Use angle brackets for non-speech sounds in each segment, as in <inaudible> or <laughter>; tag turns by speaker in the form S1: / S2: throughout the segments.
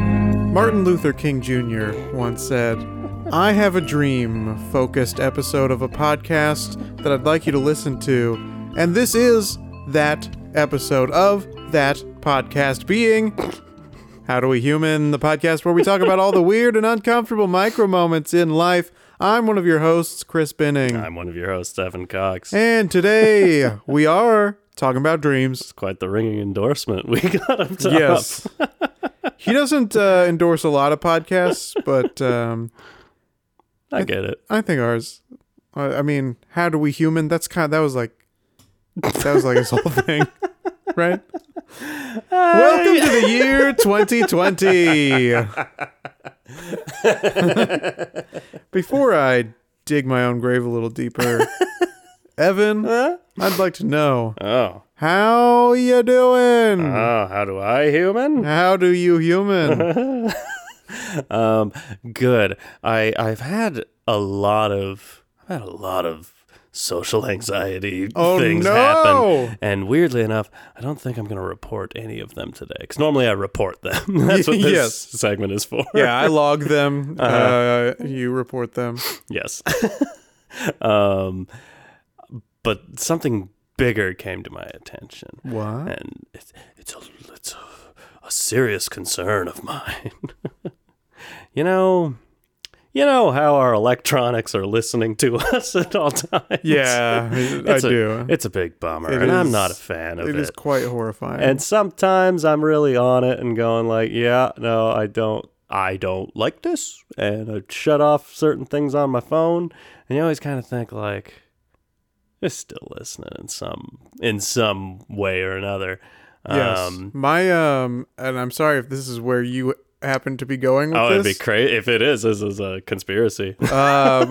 S1: Martin Luther King Jr. once said, I have a dream focused episode of a podcast that I'd like you to listen to. And this is that episode of that podcast being How Do We Human, the podcast where we talk about all the weird and uncomfortable micro moments in life. I'm one of your hosts, Chris Binning.
S2: I'm one of your hosts, Evan Cox.
S1: and today we are talking about dreams.
S2: Quite the ringing endorsement we <laughs> got up <laughs> top.
S1: Yes. he doesn't uh, endorse a lot of podcasts, but um,
S2: I get it.
S1: I think ours. I, I mean, how do we human? That's kind. that was like, that was like his whole
S2: <laughs>
S1: thing, right? Welcome to the year 2020. Before I dig my own grave a little deeper, Evan, I'd like to know
S2: Oh.
S1: how you doing.
S2: Oh, how do I, human?
S1: how do you
S2: <laughs>
S1: human?
S2: Um, good. I I've had a lot of I've had a lot of social anxiety
S1: Oh,
S2: things
S1: no.
S2: happen. And weirdly enough, I don't think I'm gonna report any of them today. Because normally I report them. <laughs> That's what this
S1: Yes.
S2: segment is for.
S1: yeah, I log them. uh,
S2: Uh-huh.
S1: you report them.
S2: Yes. <laughs> um, but something bigger came to my attention.
S1: What?
S2: and it's it's a it's a, a serious concern of mine. <laughs> you know, you know how our electronics are listening to <laughs> us at all times.
S1: Yeah, I
S2: it's a-
S1: do.
S2: It's a big bummer,
S1: It
S2: and I'm
S1: is-
S2: not a fan of it.
S1: It is quite horrifying.
S2: and sometimes I'm really on it and going like, yeah, no, I don't. I don't like this, and I shut off certain things on my phone, and you always kind of think like, it's still listening in some in some way or another. Um,
S1: yes, my um, and I'm sorry if this is where you happen to be going with
S2: Oh, it'd be <laughs>
S1: this.
S2: crazy if it is. This is a
S1: <laughs>
S2: conspiracy.
S1: um,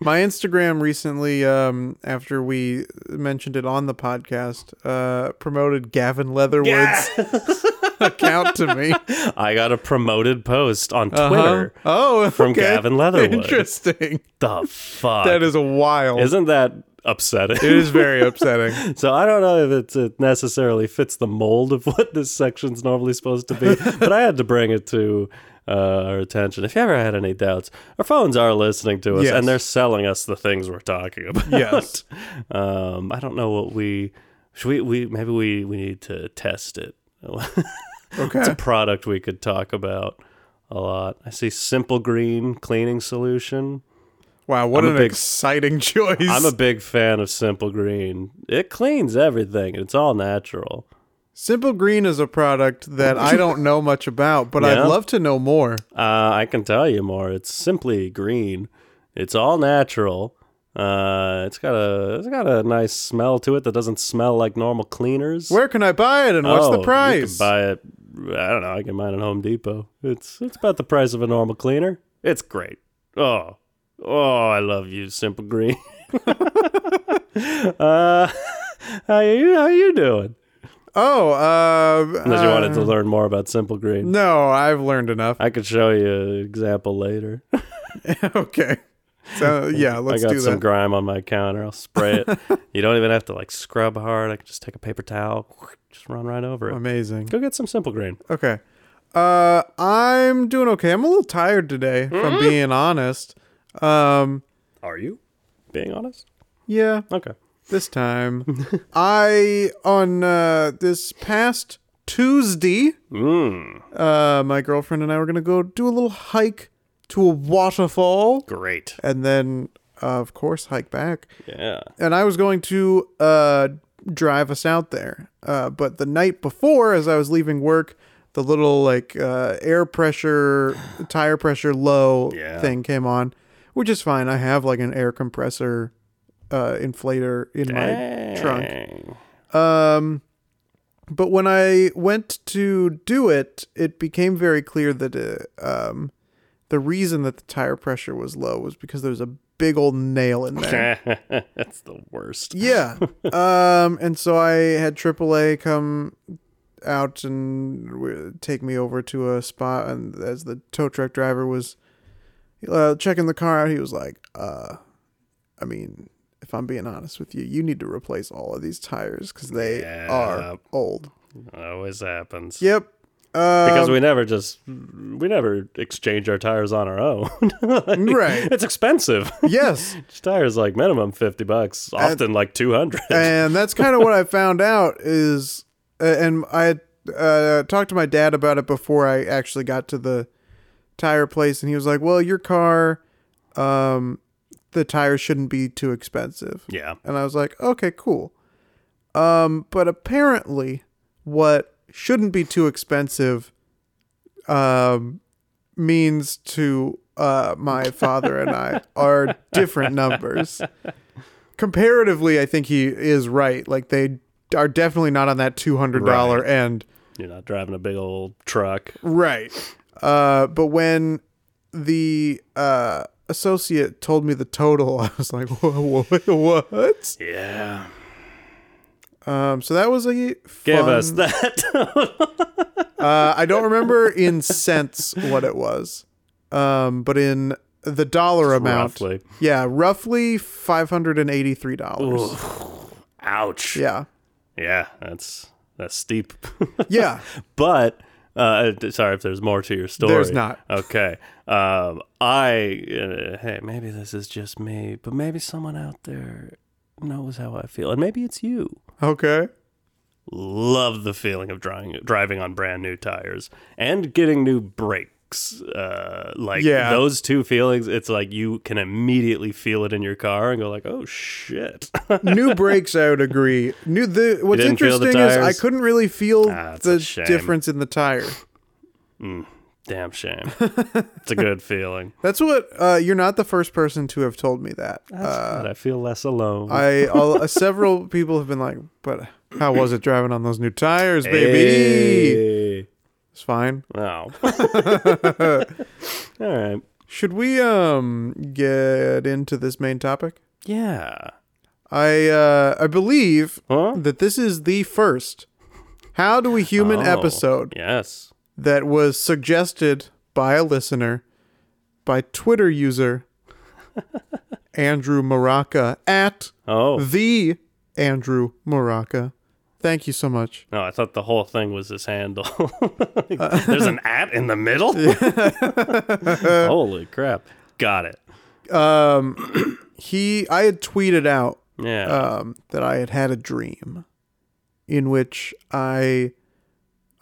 S1: my Instagram recently, um, after we mentioned it on the podcast, uh, promoted Gavin Leatherwood's account to me.
S2: I got a promoted post on
S1: Uh-huh.
S2: Twitter.
S1: Oh,
S2: from
S1: okay.
S2: Gavin Leatherwood.
S1: Interesting.
S2: The fuck
S1: That is a wild.
S2: isn't that upsetting?
S1: it is very
S2: <laughs>
S1: upsetting.
S2: So I don't know if it's, it necessarily fits the mold of <laughs> what this section's normally supposed to be, but I had to bring it to uh, our attention. If you ever had any doubts, our phones are listening to us
S1: Yes.
S2: and they're selling us the things we're talking about.
S1: Yes.
S2: <laughs> Um, I don't know what we should we, we maybe we, we need to test it. <laughs> it's
S1: Okay.
S2: a product we could talk about a lot. I see Simple Green cleaning solution.
S1: Wow, what
S2: I'm a
S1: an
S2: big-
S1: exciting <laughs> choice.
S2: I'm a big fan of Simple Green. It cleans everything. and It's all natural.
S1: Simple Green is a product that
S2: <laughs>
S1: I don't know much about, but
S2: Yeah?
S1: I'd love to know more.
S2: Uh, I can tell you more. It's simply green. It's all natural. Uh, it's got a it's got a nice smell to it that doesn't smell like normal cleaners.
S1: Where can I buy it and what's
S2: Oh,
S1: the
S2: You can
S1: price?
S2: buy it. I don't know. I can buy it at Home Depot. It's it's about the price of a normal cleaner. It's great. Oh, oh, I love you, Simple Green. <laughs> uh, <laughs> how you how you doing?
S1: oh, uh,
S2: Unless you wanted to
S1: uh,
S2: learn more about Simple Green,
S1: No, I've learned enough. <laughs>
S2: I could show you an example later.
S1: okay. So yeah, let's
S2: <laughs> I got
S1: do
S2: some
S1: that.
S2: grime on my counter. I'll spray it. you don't even have to like scrub hard. I can just take a paper towel, just run right over it.
S1: Amazing.
S2: Go get some Simple Green.
S1: Okay. Uh I'm doing okay. I'm a little tired today, if
S2: Mm-hmm.
S1: I'm being honest. Um
S2: Are you being honest?
S1: yeah,
S2: Okay.
S1: this time. I on uh this past Tuesday,
S2: Mmm.
S1: uh my girlfriend and I were going to go do a little hike to a waterfall
S2: Great.
S1: and then uh, of course hike back.
S2: Yeah.
S1: and I was going to uh, drive us out there. Uh, but the night before, as I was leaving work, the little like uh, air pressure, tire pressure low
S2: Yeah.
S1: thing came on, which is fine. I have like an air compressor uh, inflator in my trunk.
S2: Dang.
S1: Um, but when I went to do it, it became very clear that uh, um, the reason that the tire pressure was low was because there was a big old nail in there.
S2: <laughs> That's the worst.
S1: Yeah. um, and so I had AAA come out and w- take me over to a spot. And as the tow truck driver was uh, checking the car out, he was like, uh, I mean, if I'm being honest with you, you need to replace all of these tires because they
S2: Yeah.
S1: are old.
S2: Always happens.
S1: Yep.
S2: <laughs> because we never just we never exchange our tires on our own. <laughs> Like,
S1: Right.
S2: It's expensive. <laughs>
S1: yes.
S2: Each tire is like minimum fifty bucks, often like two hundred.
S1: and that's kind of what I found out is, uh, and I had, uh, talked to my dad about it before I actually got to the tire place, and he was like, "Well, your car, um, the tires shouldn't be too expensive,"
S2: yeah.
S1: and I was like, "Okay, cool," um, but apparently, what shouldn't be too expensive, um, means to uh, my father and I are different numbers comparatively, I think he is right. Like they are definitely not on that two hundred dollar end,
S2: You're not driving a big old truck.
S1: right? Uh, but when the uh, associate told me the total, <laughs> I was like, whoa, whoa, what?
S2: Yeah.
S1: Um, so that was a fun,
S2: Give us that.
S1: Uh, I don't remember in cents what it was, um, but in the dollar amount,
S2: Roughly.
S1: yeah, roughly five hundred and eighty-three dollars.
S2: Ouch.
S1: Yeah,
S2: Yeah, that's that's steep. <laughs>
S1: yeah,
S2: but uh, d- sorry if there's more to your story.
S1: There's not.
S2: Okay. Um, I uh, hey, maybe this is just me, but maybe someone out there knows how I feel, and maybe it's you.
S1: okay,
S2: Love the feeling of driving driving on brand new tires and getting new brakes. Uh, like
S1: Yeah.
S2: those two feelings, it's like you can immediately feel it in your car and go like, "Oh shit!" <laughs>
S1: new brakes i would agree new the what's
S2: didn't feel the
S1: interesting is i
S2: tires?
S1: couldn't really feel
S2: Ah, it's a
S1: the
S2: shame.
S1: difference in the tire
S2: Damn shame.
S1: <laughs>
S2: it's a good feeling.
S1: that's what uh, you're not the first person to have told me that uh,
S2: But I feel less alone.
S1: i all, uh, several people have been like but how was it driving on those new tires baby
S2: Hey.
S1: it's fine
S2: Oh. <laughs>
S1: <laughs>
S2: All right.
S1: should we um get into this main topic
S2: Yeah.
S1: i uh i believe
S2: Huh?
S1: that this is the first how do we human
S2: Oh,
S1: episode
S2: Yes.
S1: that was suggested by a listener by Twitter user Andrew Maraca at
S2: Oh.
S1: the Andrew Maraca. Thank you so much.
S2: No, I thought the whole thing was his handle. <laughs> There's an at in
S1: <laughs>
S2: the middle? <laughs> Holy crap. Got it.
S1: He I had tweeted out
S2: Yeah.
S1: um, that I had had a dream in which I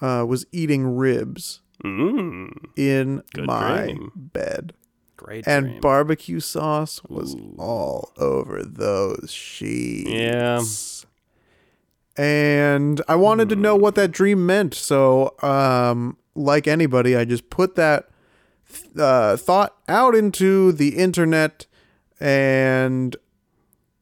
S1: uh, was eating ribs
S2: mm.
S1: in my
S2: dream.
S1: bed.
S2: Great
S1: And
S2: dream.
S1: barbecue sauce was all over those sheets.
S2: yeah.
S1: and I wanted to
S2: Mm.
S1: know what that dream meant. So, um, like anybody, I just put that uh, thought out into the internet, and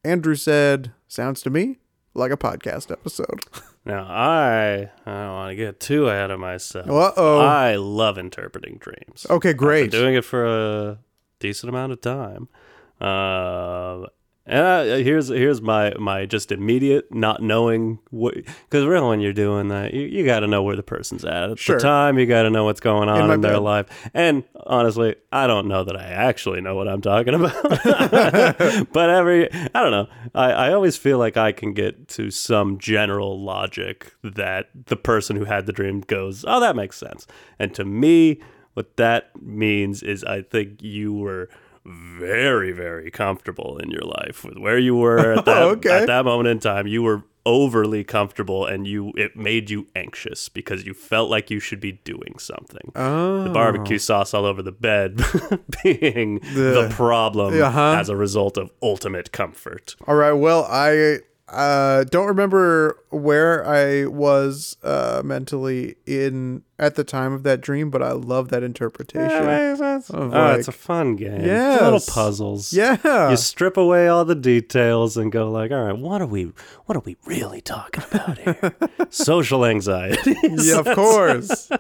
S1: Andrew said, "Sounds to me like a podcast episode." <laughs>
S2: Now, I, I don't want to get too ahead of myself.
S1: Uh-oh.
S2: I love interpreting dreams.
S1: okay, great.
S2: Been doing it for a decent amount of time. Uh, and I, here's here's my my just immediate not knowing what because really when you're doing that you, you got to know where the person's at at
S1: Sure.
S2: the time you got to know what's going on
S1: In
S2: in,
S1: my
S2: their
S1: bed.
S2: life and honestly I don't know that I actually know what I'm talking <laughs> about <laughs> but every I don't know I, I always feel like I can get to some general logic that the person who had the dream goes oh that makes sense and to me what that means is I think you were very, very comfortable in your life with where you were at that,
S1: Okay.
S2: at that moment in time. You were overly comfortable and you it made you anxious because you felt like you should be doing something. The
S1: Oh,
S2: barbecue sauce all over the bed <laughs> being the,
S1: The-
S2: problem
S1: Uh-huh.
S2: as a result of ultimate comfort.
S1: all right. Well, I uh, don't remember where I was uh, mentally in at the time of that dream, but I love that interpretation.
S2: Oh,
S1: Of like-
S2: it's a fun game.
S1: Yes.
S2: Little puzzles.
S1: yeah.
S2: you strip away all the details and go like all right what are we what are we really talking about
S1: <laughs>
S2: here social anxiety
S1: yeah,
S2: <laughs>
S1: of course.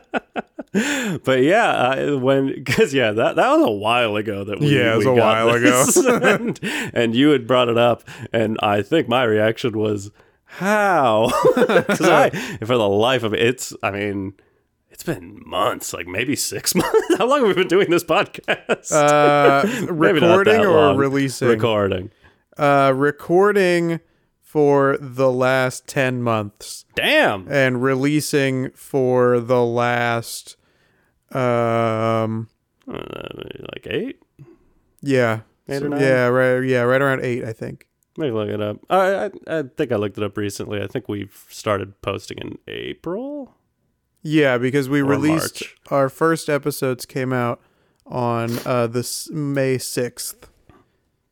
S2: but yeah I, when <laughs> because yeah that, that was a while ago that we
S1: Yeah, it was
S2: we
S1: a
S2: got
S1: while ago. <laughs>
S2: this. and, and you had brought it up and i think my reaction was how <laughs>
S1: <laughs>
S2: 'Cause i for the life of it, it's i mean it's been months like maybe six <laughs> months how long have we been doing this podcast
S1: Uh,
S2: <laughs> Maybe not
S1: recording
S2: that
S1: or
S2: long.
S1: releasing?
S2: recording
S1: uh, recording for the last 10 months
S2: Damn.
S1: and releasing for the last um
S2: Uh, like eight?
S1: yeah.
S2: Eight or
S1: So-
S2: nine?
S1: Yeah, right yeah, right around 8 I think.
S2: Maybe look it up. I, I I think I looked it up recently. I think we've started posting in April.
S1: Yeah, because we
S2: Or
S1: released
S2: March.
S1: our first episodes came out on uh this May 6th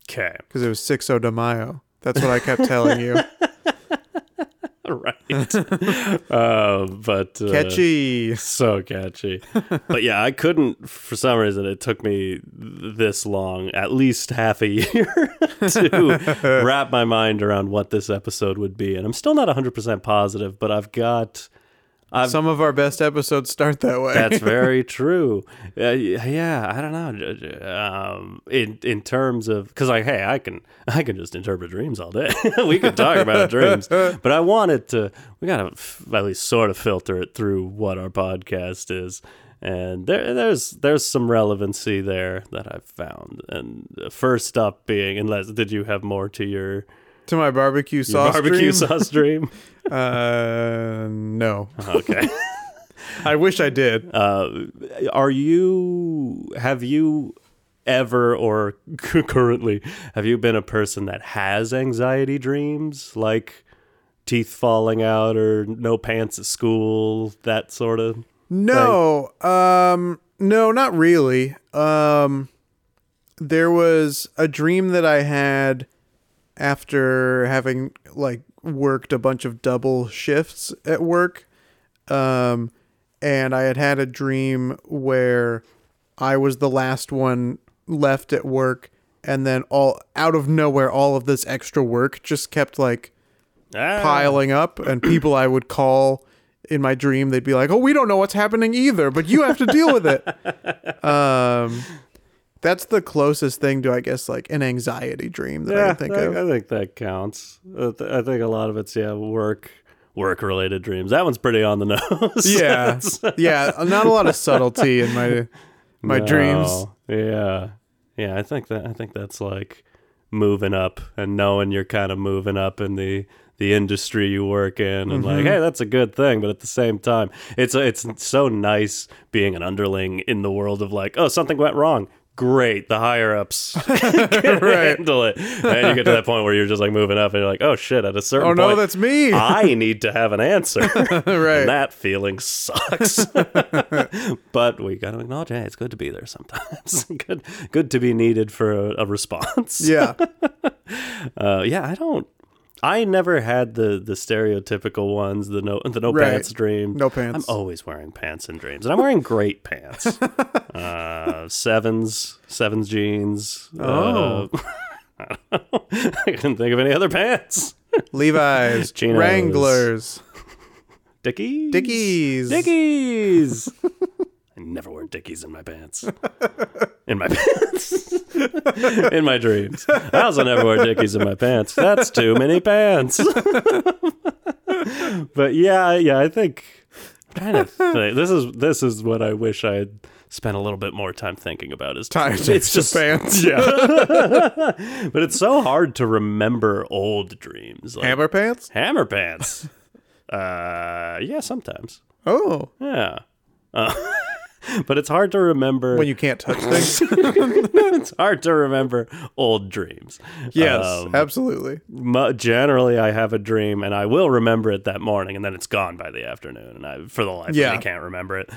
S2: Okay.
S1: because it was 60 de Mayo. That's what I kept telling
S2: <laughs>
S1: you.
S2: Right. uh, but uh,
S1: Catchy.
S2: so catchy. but yeah, I couldn't for some reason. It took me th- this long, at least half a <laughs> year, to wrap my mind around what this episode would be. And I'm still not 100% positive, but I've got
S1: Some of our best episodes start that way. <laughs>
S2: That's very true. Uh, yeah, I don't know. Um, in in terms of because like, hey, I can <laughs> I can just interpret dreams all day. <laughs> we could talk about
S1: <laughs>
S2: dreams, but I wanted to. We gotta f- at least sort of filter it through what our podcast is, and there there's there's some relevancy there that I've found. And uh, first up being, unless did you have more to your,
S1: to my barbecue
S2: your
S1: sauce
S2: barbecue
S1: dream?
S2: <laughs> sauce
S1: <laughs>
S2: dream?
S1: Uh, no.
S2: okay.
S1: <laughs> I wish I did.
S2: uh, are you have you ever or <laughs> currently have you been a person that has anxiety dreams like teeth falling out or no pants at school that sort of
S1: No. Um no, not really. Um there was a dream that I had after having like worked a bunch of double shifts at work. Um and I had had a dream where I was the last one left at work and then all out of nowhere all of this extra work just kept like
S2: Ah.
S1: piling up
S2: <clears throat>
S1: and people I would call in my dream they'd be like, "Oh, we don't know what's happening either, but you have to deal with
S2: <laughs>
S1: it." Um that's the closest thing to I guess like an anxiety dream that I
S2: yeah,
S1: can think
S2: I,
S1: of.
S2: I think that counts. I, th- I think a lot of it's yeah work work related dreams. That one's pretty on the <laughs> nose.
S1: yeah. <laughs> yeah, not a lot of subtlety in my my dreams.
S2: No. Oh, Yeah. Yeah, I think that I think that's like moving up and knowing you're kind of moving up in the the industry you work in and
S1: Mm-hmm.
S2: like hey that's a good thing but at the same time it's it's so nice being an underling in the world of like oh something went wrong great the higher ups
S1: <laughs>
S2: <laughs> can handle it and you get to that point where you're just like moving up and you're like oh shit at a certain
S1: Oh no,
S2: point
S1: that's me.
S2: I need to have an answer and
S1: <laughs> right.
S2: that feeling sucks. <laughs> but we got to acknowledge, hey, it's good to be there sometimes. <laughs> good, good to be needed for a, a response.
S1: Yeah.
S2: Uh, yeah. I don't. I never had the the stereotypical ones, the no the no
S1: Right.
S2: pants dream.
S1: No pants.
S2: I'm always wearing pants in dreams, and I'm wearing
S1: <laughs>
S2: great pants. uh, sevens, sevens jeans.
S1: Oh.
S2: Uh, <laughs> I, don't know. I couldn't think of any other pants. <laughs>
S1: Levi's,
S2: Chinos.
S1: Wranglers,
S2: Dickies.
S1: Dickies.
S2: Dickies. <laughs> I never wear Dickies in my pants. In my <laughs> pants. in my dreams. I also never wear Dickies in my pants. That's too many pants. <laughs> but yeah, yeah, I think I'm trying to think. This is this is what I wish I had spent a little bit more time thinking about is
S1: Time
S2: it's just
S1: pants.
S2: <laughs> yeah. but it's so hard to remember old dreams. Like
S1: Hammer pants?
S2: hammer pants. uh yeah, sometimes.
S1: Oh.
S2: Yeah. Uh, <laughs> but it's hard to remember.
S1: When you can't touch things?
S2: <laughs> it's hard to remember old dreams.
S1: yes,
S2: Um,
S1: absolutely.
S2: mu- generally, I have a dream and I will remember it that morning, and then it's gone by the afternoon, and I for the life of
S1: Yeah.
S2: me can't remember it.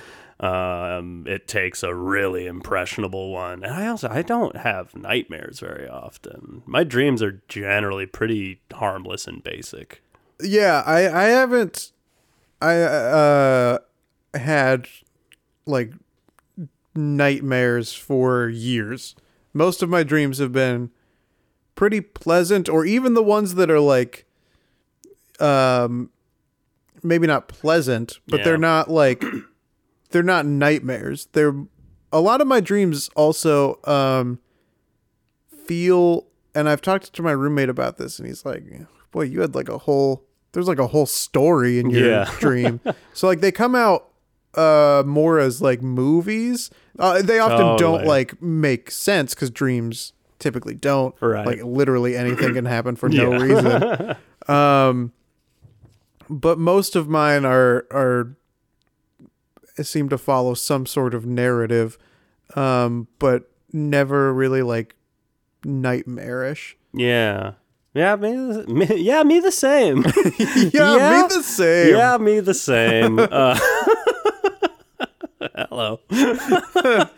S2: Um, it takes a really impressionable one, and I also I don't have nightmares very often. My dreams are generally pretty harmless and basic.
S1: yeah i i haven't i uh had like nightmares for years most of my dreams have been pretty pleasant or even the ones that are like um maybe not pleasant but
S2: Yeah.
S1: they're not like <clears throat> they're not nightmares they're a lot of my dreams also um feel and I've talked to my roommate about this and he's like, "Boy, you had like a whole there's like a whole story in your
S2: Yeah.
S1: <laughs> dream." So like they come out uh more as like movies. Uh, they often don't
S2: Totally.
S1: like make sense cuz dreams typically don't
S2: Right.
S1: like literally anything can happen for no
S2: Yeah. <laughs>
S1: reason. Um, but most of mine are are seem to follow some sort of narrative, um, but never really like
S2: <coughs>
S1: nightmarish.
S2: Yeah. Yeah, me, <laughs> the- me yeah, me the same. <laughs>
S1: Yeah,
S2: Yeah.
S1: me the same.
S2: Yeah, me the same. Uh, <laughs> hello. <laughs> I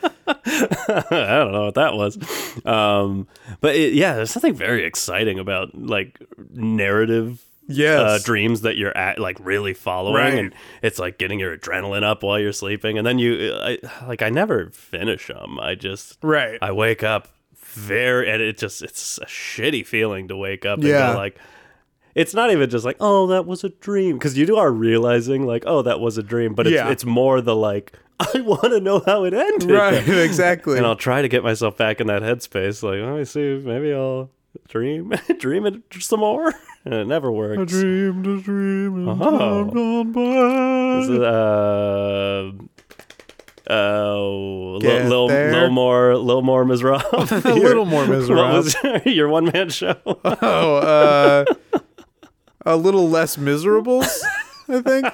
S2: don't know what that was, um, but it, yeah, there's something very exciting about like narrative
S1: Yes.
S2: uh, dreams that you're at like really following,
S1: Right.
S2: and it's like getting your adrenaline up while you're sleeping, and then you I, like I never finish them. I just
S1: right.
S2: I wake up very, and it just it's a shitty feeling to wake up and
S1: Yeah.
S2: go like, it's not even just like, oh, that was a dream, because you do are realizing like, oh, that was a dream, but it's
S1: Yeah.
S2: it's more the like, <laughs> I want to know how it
S1: <laughs>
S2: ended, <laughs>
S1: right. exactly.
S2: And I'll try to get myself back in that headspace, like, let me see, maybe I'll dream, <laughs> dream it some more, <laughs> and it never works.
S1: dreamed a dream in
S2: Oh.
S1: time gone by.
S2: This is, uh, oh,
S1: Get
S2: little,
S1: there.
S2: little more, little more Rob.
S1: <laughs> a little more miserable.
S2: <laughs> What was your one man show?
S1: <laughs> oh, uh, a little less miserables, I think.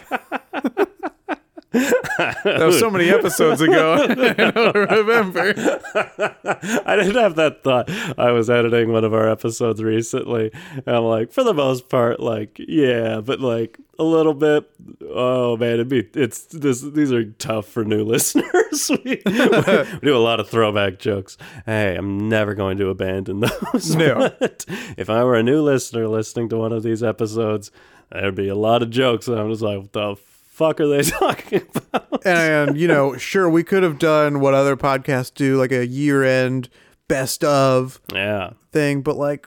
S2: <laughs>
S1: that was so many episodes ago. <laughs> I don't remember.
S2: I didn't have that thought. I was editing one of our episodes recently, and I'm like, for the most part, like, yeah, but like a little bit. Oh man, it'd be it's this. These are tough for new <laughs> listeners. we, we do a lot of throwback jokes. Hey, I'm never going to abandon <laughs> those.
S1: No.
S2: But if I were a new listener listening to one of these episodes, there'd be a lot of jokes, and I'm just like, what the fuck are they <laughs> talking about?
S1: And, you know, sure, we could have done what other podcasts do, like a year end best of
S2: Yeah.
S1: thing, but like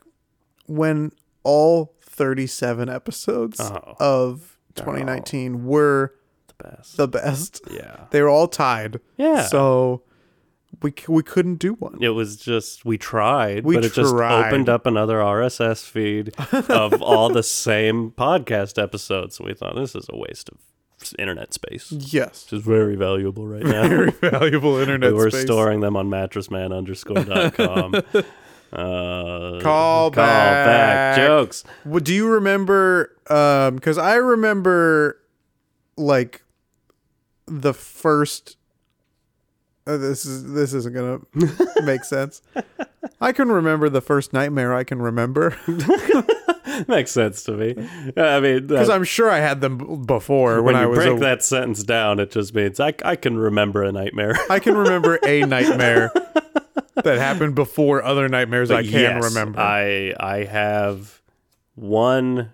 S1: when all 37 episodes
S2: Oh.
S1: of 2019 were
S2: The best.
S1: the best,
S2: Yeah.
S1: they were all tied.
S2: Yeah.
S1: So we, c- we couldn't do one.
S2: It was just we tried,
S1: We
S2: but it just
S1: tried.
S2: opened up another RSS feed
S1: <laughs>
S2: of all the same podcast episodes. So we thought this is a waste of s- internet space, which
S1: Yes.
S2: is very valuable right
S1: <laughs>
S2: now.
S1: very valuable internet
S2: we were
S1: space.
S2: storing them on mattressman underscore
S1: <laughs>
S2: dot com. Uh,
S1: Call back.
S2: jokes.
S1: Well, do you remember? Because I remember, like, the first. uh, this is this isn't
S2: <laughs>
S1: gonna make sense. I can remember the first nightmare I can remember <laughs>
S2: Makes sense to me. I mean, that-
S1: because I'm sure I had them b- before when,
S2: when,
S1: I
S2: you
S1: was.
S2: break
S1: a-
S2: that sentence down, it just means I, I can remember a nightmare.
S1: <laughs> I can remember a nightmare that happened before other nightmares I can
S2: Yes,
S1: remember.
S2: I I have one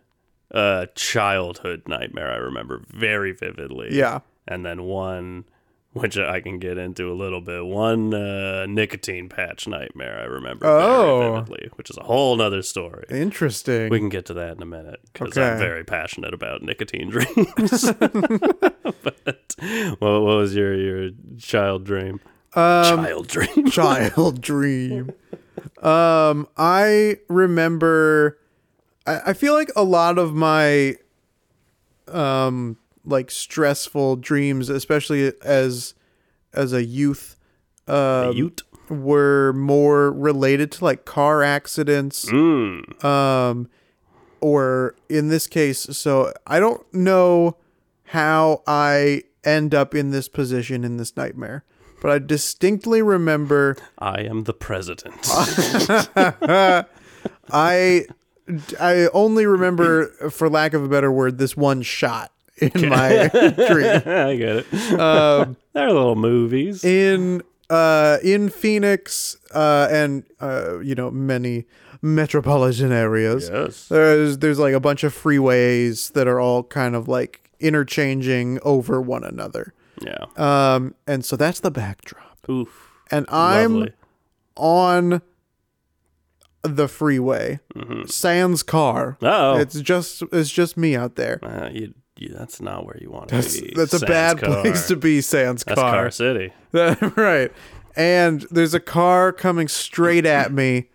S2: uh childhood nightmare I remember very vividly.
S1: yeah.
S2: And then one which I can get into a little bit. One uh, nicotine patch nightmare I remember
S1: Oh.
S2: very vividly, which is a whole nother story.
S1: Interesting.
S2: We can get to that in a minute because I'm
S1: Okay.
S2: very passionate about nicotine <laughs> dreams. but what, what was your your child dream?
S1: Um,
S2: child dream.
S1: child <laughs> dream. Um, I remember. I, I feel like a lot of my, um, like stressful dreams, especially as as a youth, uh,
S2: Ute.
S1: were more related to like car accidents. Um, or in this case, so I don't know how I end up in this position in this nightmare, but I distinctly remember
S2: I am the president.
S1: I I only remember, for lack of a better word, this one shot in my dream.
S2: <laughs> I get it. They're little movies.
S1: In uh in Phoenix uh and uh you know many metropolitan areas.
S2: yes.
S1: There's there's like a bunch of freeways that are all kind of like interchanging over one another.
S2: Yeah.
S1: Um and so that's the backdrop.
S2: Oof.
S1: And I'm
S2: lovely.
S1: on the freeway. Sans car.
S2: Oh.
S1: It's just it's just me out there.
S2: Uh, you, you, that's not where you want
S1: That's,
S2: to be.
S1: that's a
S2: Sans
S1: bad
S2: car.
S1: place to be, Sans
S2: That's car.
S1: car.
S2: City. <laughs>
S1: <laughs> right. And there's a car coming straight at
S2: <laughs>
S1: me,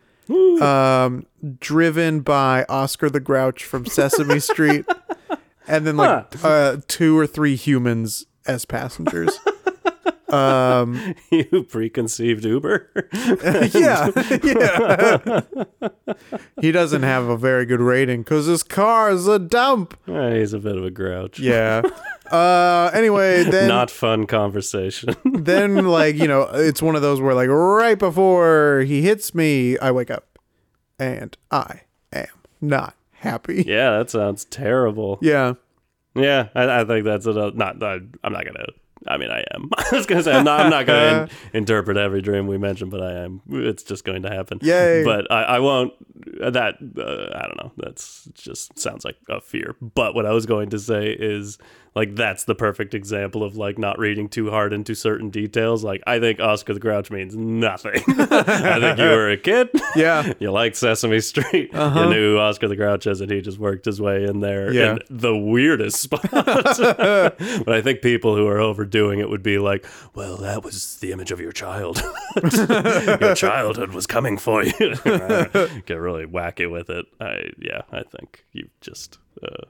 S1: um, driven by Oscar the Grouch from Sesame
S2: <laughs>
S1: Street,
S2: <laughs>
S1: and then like uh, two or three humans as passengers. Um,
S2: you preconceived Uber. <laughs>
S1: yeah, yeah. he doesn't have a very good rating because his car is a dump.
S2: Eh, he's a bit of a grouch.
S1: Yeah. Uh,
S2: <laughs>
S1: anyway, then
S2: Not fun conversation. <laughs>
S1: then like you know it's one of those where like right before he hits me, I wake up, and I am not happy.
S2: yeah, that sounds terrible.
S1: <laughs> yeah.
S2: Yeah, I, I think that's enough. Not, I, I'm not gonna. I mean, I am. <laughs> I was gonna say I'm not. I'm not gonna in, interpret every dream we mentioned, but I am. It's just going to happen.
S1: Yay.
S2: But I, I won't. That uh, I don't know. That's just sounds like a fear. But what I was going to say is like that's the perfect example of like not reading too hard into certain details. Like I think Oscar the Grouch means nothing. <laughs> I think you were a kid. <laughs>
S1: Yeah.
S2: you liked Sesame Street. You knew Oscar the Grouch as, and he just worked his way in there
S1: Uh-huh. Yeah.
S2: in the weirdest <laughs>
S1: <laughs>
S2: spot. but I think people who are overdoing it would be like, "Well, that was the image of your child. <laughs> your childhood was coming for you." <laughs> Get really wacky with it. I yeah, I think you just. Uh,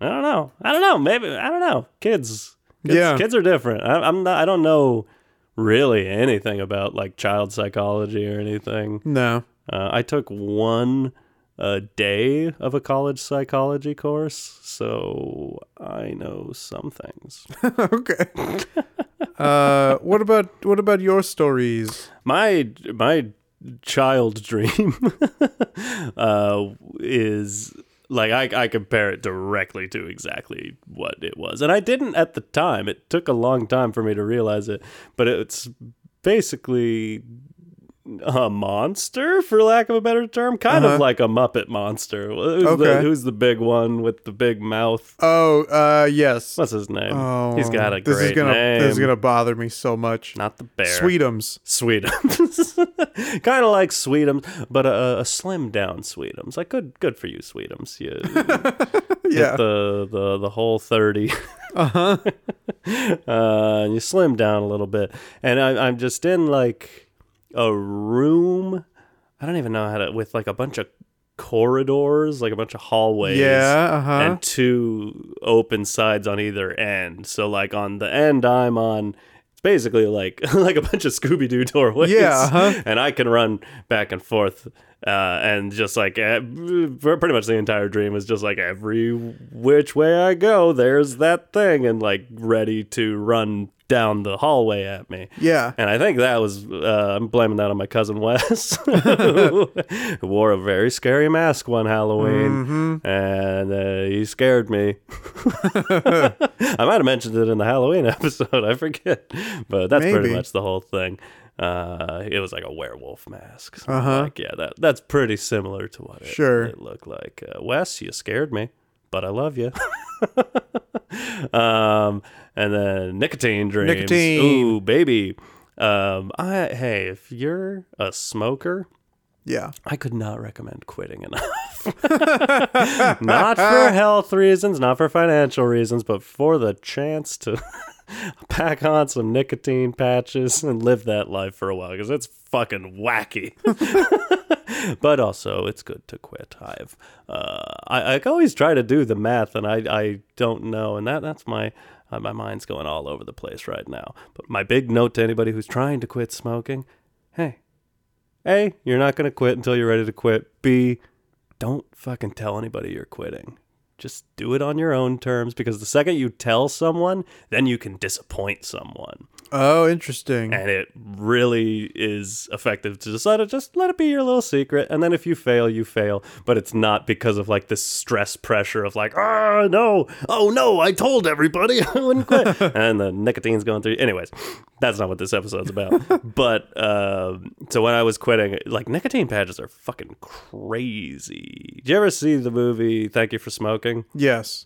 S2: I don't know. I don't know. Maybe I don't know. Kids. kids
S1: Yeah.
S2: Kids are different. I, I'm not. I don't know really anything about like child psychology or anything.
S1: No. <laughs>
S2: Uh, I took one uh, day of a college psychology course, so I know some things. <laughs>
S1: okay. Uh, what about what about your stories?
S2: my my child dream <laughs> uh, is like I, I compare it directly to exactly what it was, and I didn't at the time. It took a long time for me to realize it, but it's basically a monster, for lack of a better term, kind
S1: Uh-huh.
S2: of like a Muppet monster. Who's, the,
S1: Okay.
S2: who's the big one with the big mouth?
S1: Oh, uh, yes.
S2: What's his name?
S1: Oh,
S2: He's got a
S1: this
S2: great
S1: is gonna,
S2: name.
S1: This is gonna bother me so much.
S2: Not the bear.
S1: Sweetums.
S2: Sweetums. <laughs> kind of like Sweetums, but a, a slim down Sweetums. Like good, good for you, Sweetums. You
S1: <laughs> Yeah.
S2: hit the the the whole thirty. <laughs> Uh-huh. and you slim down a little bit, and I, I'm just in like a room. I don't even know how to with like a bunch of corridors, like a bunch of hallways
S1: yeah. Uh huh.
S2: and two open sides on either end. So like on the end I'm on it's basically like <laughs> like a bunch of Scooby Doo doorways.
S1: Yeah, uh-huh.
S2: and I can run back and forth. Uh, and just like eh, for pretty much the entire dream is just like every which way I go, there's that thing, and like ready to run down the hallway at me.
S1: Yeah.
S2: And I think that was, uh, I'm blaming that on my cousin Wes, <laughs> who wore a very scary mask one Halloween.
S1: Mm-hmm.
S2: And uh, he
S1: <laughs>
S2: scared me. I might have mentioned it in the Halloween <laughs> episode. I forget. But that's
S1: Maybe.
S2: pretty much the whole thing. Uh, it was like a werewolf mask. So,
S1: Uh-huh.
S2: Like, yeah, that that's pretty similar to what it,
S1: Sure.
S2: it looked like. Uh, Wes, you scared me, but I love you. <laughs> um, and then nicotine dreams.
S1: Nicotine.
S2: Ooh, baby. Um, I hey, if you're a smoker,
S1: Yeah.
S2: I could not recommend quitting enough. <laughs> not for health reasons, not for financial reasons, but for the chance to <laughs> pack on some nicotine patches and live that life for a while because it's fucking wacky. <laughs> but also, it's good to quit. I've uh, I, I always try to do the math, and I I don't know, and that that's my. Uh, my mind's going all over the place right now. But my big note to anybody who's trying to quit smoking hey, a, you're not going to quit until you're ready to quit. B, don't fucking tell anybody you're quitting. Just do it on your own terms because the second you tell someone, then you can disappoint someone.
S1: Oh, interesting.
S2: And it really is effective to just let it just let it be your little secret. And then if you fail, you fail. But it's not because of like this stress pressure of like, oh no, oh no, I told everybody <laughs> I wouldn't quit. and the nicotine's going through. Anyways, that's not what this episode's about. but uh, so when I was quitting, like nicotine patches are fucking crazy. Did you ever see the movie Thank You for Smoking?
S1: Yes.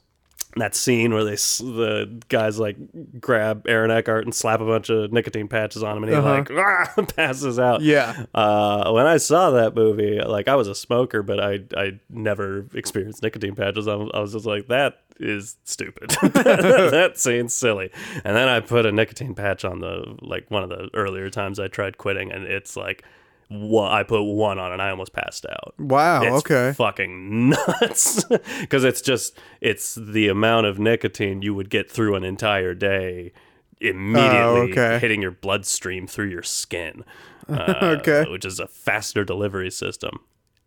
S2: that scene where they s- the guys like grab Aaron Eckhart and slap a bunch of nicotine patches on him, and he like "Ah," <laughs> passes out.
S1: Yeah.
S2: Uh, when I saw that movie, like I was a smoker, but I I never experienced nicotine patches. I was, I was just like, that is stupid. <laughs> that seems silly. And then I put a nicotine patch on the like one of the earlier times I tried quitting, and it's like, one, I put one on and I almost passed out.
S1: Wow.
S2: It's
S1: okay.
S2: <laughs> fucking nuts. <laughs> Because it's just, it's the amount of nicotine you would get through an entire day
S1: Oh,
S2: immediately
S1: okay.
S2: hitting your bloodstream through
S1: <laughs>
S2: your skin. uh,
S1: Okay.
S2: Which is a faster delivery system.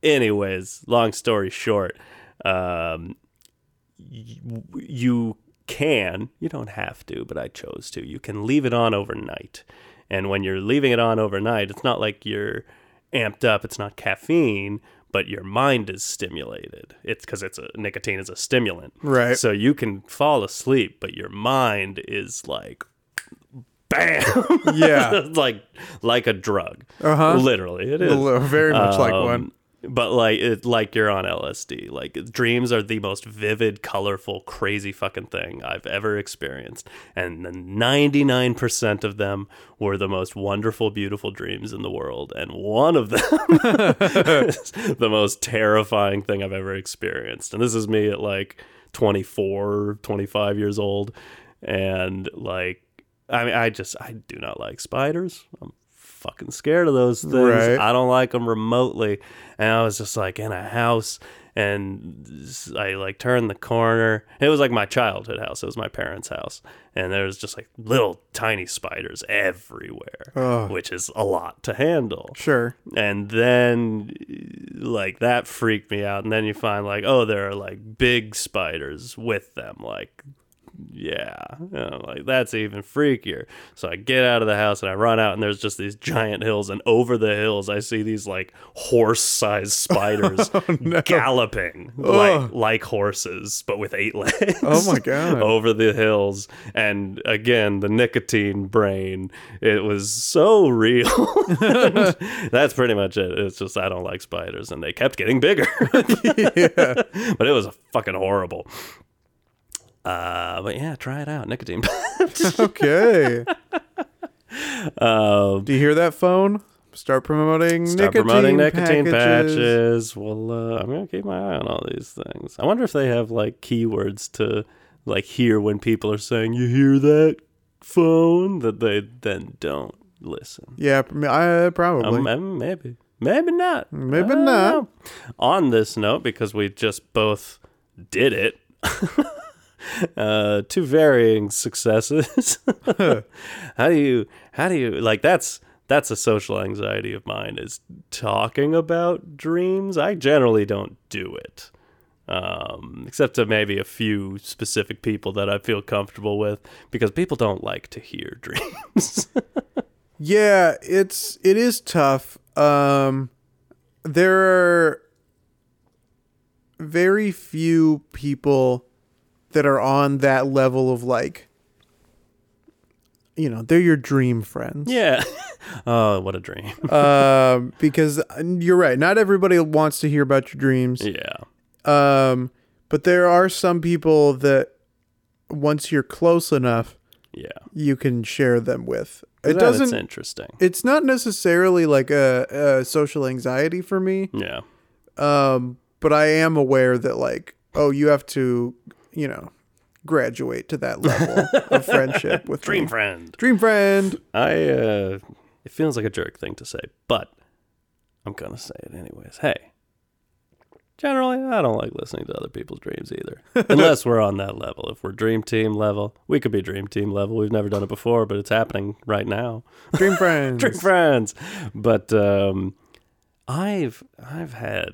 S2: Anyways, long story short, um, y- you can, you don't have to, but I chose to, you can leave it on overnight. And when you're leaving it on overnight, it's not like you're amped up, it's not caffeine, but your mind is stimulated. It's because it's a nicotine is a stimulant.
S1: Right.
S2: So you can fall asleep, but your mind is like bam. <laughs>
S1: Yeah.
S2: like like a drug.
S1: Uh-huh.
S2: Literally. It is
S1: Well, Very much like one.
S2: um, But like it, like you're on LSD. Like dreams are the most vivid, colorful, crazy fucking thing I've ever experienced, and the 99% of them were the most wonderful, beautiful dreams in the world, and one of them <laughs> is the most terrifying thing I've ever experienced. And this is me at like 24, 25 years old, and like I mean, I just I do not like spiders. I'm fucking scared of those things.
S1: Right.
S2: I don't like them remotely. And I was just like in a house, and s- I like turned the corner. It was like my childhood house. It was my parents' house, and there was just like little tiny spiders everywhere,
S1: Ugh.
S2: which is a lot to handle
S1: Oh, Sure.
S2: and then like that freaked me out and then you find like oh there are like big spiders with them like yeah And I'm like that's even freakier so i get out of the house and i run out and there's just these giant hills and over the hills i see these like horse-sized spiders galloping like like horses but with eight <laughs> legs
S1: Oh my God.
S2: over the hills and again the nicotine brain it was so real
S1: <laughs>
S2: that's pretty much it it's just i don't like spiders and they kept
S1: <laughs>
S2: getting bigger but it was fucking horrible uh but yeah try it out nicotine
S1: Okay.
S2: <laughs> um
S1: Do you hear that phone? Start promoting
S2: Start
S1: nicotine
S2: promoting nicotine
S1: packages.
S2: patches. Well, uh, I'm gonna keep my eye on all these things. I wonder if they have like keywords to like hear when people are saying "you hear that phone" that they then don't listen.
S1: Yeah, pr- I, probably.
S2: Um, um, maybe, maybe not.
S1: Maybe
S2: I don't
S1: not.
S2: know. On this note, because we just both did it. <laughs> uh to varying successes <laughs> how do you how do you like that's that's a social anxiety of mine is talking about dreams i generally don't do it um except to maybe a few specific people that i feel comfortable with because people don't like to hear <laughs> dreams
S1: Yeah, it's it is tough. Um there are very few people that are on that level of like you know, they're your dream
S2: <laughs>
S1: friends.
S2: yeah oh what a dream
S1: Um because you're right, not everybody wants to hear about your dreams.
S2: <laughs> yeah
S1: Um but there are some people that once you're close enough,
S2: yeah
S1: you can share them with. It
S2: That is
S1: doesn't
S2: interesting
S1: it's not necessarily like a, a social anxiety for me
S2: yeah
S1: um but i am aware that like oh you have to you know graduate to that level
S2: <laughs>
S1: of friendship with
S2: dream
S1: me.
S2: friend
S1: dream friend
S2: I uh it feels like a jerk thing to say, but I'm gonna say it anyways. Hey. Generally, I don't like listening to other people's dreams
S1: <laughs>
S2: either. Unless we're on that level. If we're dream team level, we could be dream team level. We've never done it before, but it's happening right now.
S1: dream friend
S2: Dream friends. But um I've I've had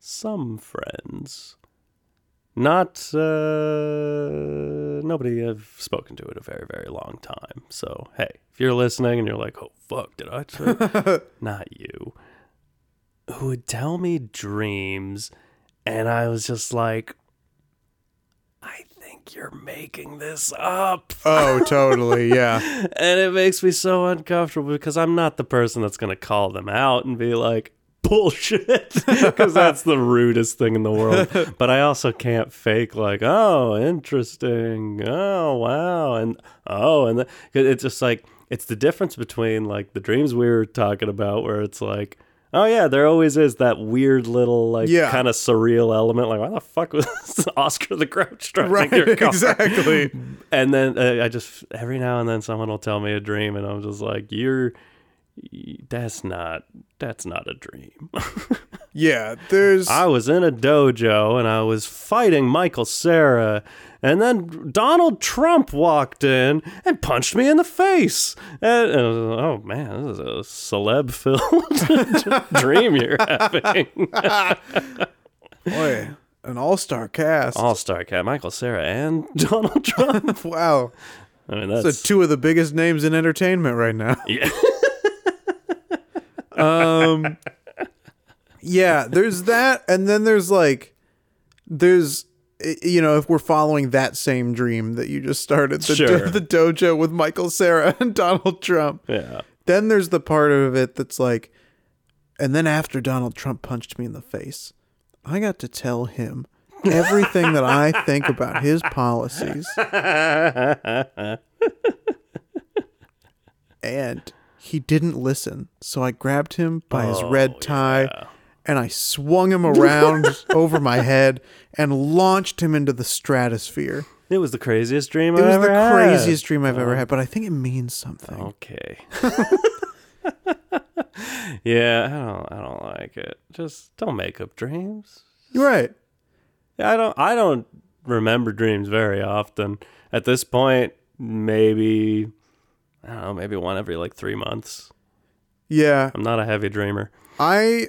S2: some friends not uh nobody I've spoken to in a very very long time. So, hey, if you're listening and you're like, "Oh fuck, did I?" say-" not you. Who would tell me dreams and I was just like I think you're making this up
S1: oh totally
S2: <laughs>
S1: yeah
S2: and it makes me so uncomfortable because I'm not the person that's going to call them out and be like, bullshit, <laughs> because that's the rudest thing in
S1: <laughs>
S2: the world. But I also can't fake, like, oh, interesting. Oh, wow. And oh, and the, 'cause it's just like, it's the difference between like the dreams we were talking about where it's like, Oh yeah, there always is that weird little like
S1: Yeah.
S2: kind of surreal element. Like, why the fuck was <laughs> Oscar the Grouch driving
S1: right
S2: your car? <laughs>
S1: exactly
S2: and then uh, I just every now and then someone will tell me a dream, and I'm just like, "You're that's not that's not a dream." <laughs>
S1: Yeah, there's
S2: I was in a dojo and I was fighting Michael Sarah. And then Donald Trump walked in and punched me in the face. And, and I was like, oh man, this is a celeb filled <laughs> dream you're having. <laughs>
S1: boy, an all-star cast.
S2: All star cat, Michael Sarah, and <laughs> Donald
S1: <laughs>
S2: Trump.
S1: wow.
S2: I mean,
S1: So
S2: that's
S1: two of the biggest names in entertainment right now.
S2: Yeah.
S1: <laughs> um Yeah, there's that and then there's like there's i- you know, if we're following that same dream that you just started, the, do-
S2: Sure.
S1: the dojo with Michael Sarah and Donald Trump.
S2: yeah.
S1: Then there's the part of it that's like, and then after Donald Trump punched me in the face, I got to tell him everything that I think about his policies. and he didn't listen. So I grabbed him by his red tie and I swung him around over my head and launched him into the stratosphere.
S2: It was the craziest dream
S1: It
S2: I
S1: was
S2: ever
S1: the
S2: had.
S1: craziest dream I've ever had, but I think it means something.
S2: Oh. Okay. <laughs> yeah, I don't. I don't like it. Just don't make up dreams.
S1: You're right.
S2: I don't. I don't remember dreams very often. At this point, maybe I don't know. Maybe one every like three months.
S1: Yeah.
S2: I'm not a heavy dreamer.
S1: I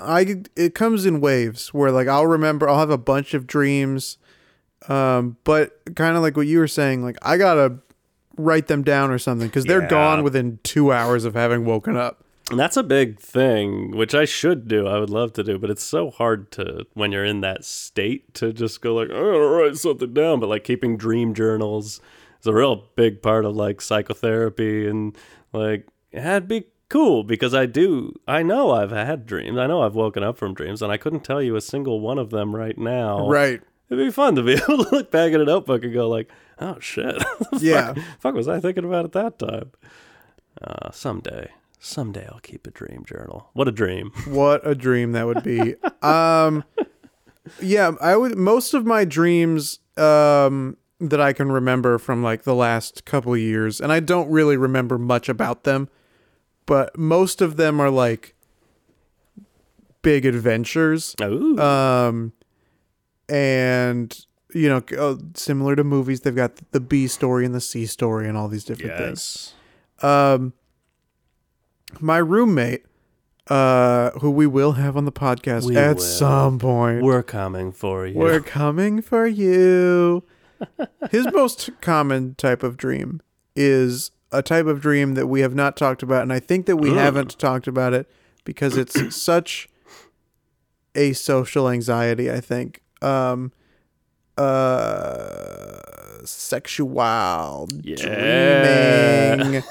S1: I it comes in waves where like I'll remember I'll have a bunch of dreams um but kind of like what you were saying like I got to write them down or something cuz they're
S2: Yeah.
S1: gone within 2 hours of having woken up.
S2: And that's a big thing, which I should do. I would love to do, but it's so hard to when you're in that state to just go like, I'm gonna write something down. But like keeping dream journals is a real big part of like psychotherapy, and like that'd be cool because I do. I know I've had dreams. I know I've woken up from dreams, and I couldn't tell you a single one of them right now.
S1: Right.
S2: It'd be fun to be <laughs> able to look back at a notebook and go like, oh shit, <laughs>
S1: Yeah.
S2: fuck, fuck was I thinking about at that time? Uh, someday, someday I'll keep a dream journal. What a dream! <laughs>
S1: What a dream that would be. um yeah, I would most of my dreams um that I can remember from like the last couple years and I don't really remember much about them, but most of them are like big adventures
S2: Ooh,
S1: um and you know c- uh, similar to movies they've got the B story and the C story and all these different things
S2: yes.
S1: um, my roommate, uh, who we will have on the podcast
S2: We
S1: at
S2: will.
S1: some point, we're,
S2: We're coming for you.
S1: coming for you. His most common type of dream is a type of dream that we have not talked about, and I think that we
S2: Mm.
S1: haven't talked about it because
S2: <clears throat>
S1: it's such a social anxiety. I think. Um, uh, sexual
S2: Yeah.
S1: dreaming.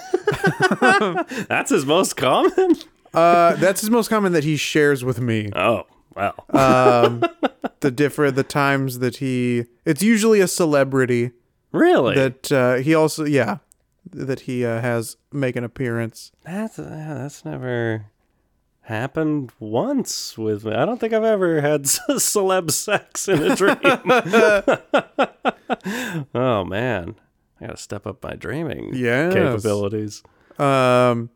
S2: <laughs> That's his most common. <laughs>
S1: Uh, that's his most common that he shares with me.
S2: Oh wow.
S1: Um, the different the times that he it's usually a celebrity
S2: really?
S1: that uh, he also yeah that he uh, has make an appearance.
S2: that's yeah, that's never happened once with me. I don't think I've ever had <laughs> celeb sex in a dream. <laughs> oh man, I gotta step up my dreaming
S1: Yes.
S2: capabilities.
S1: Um,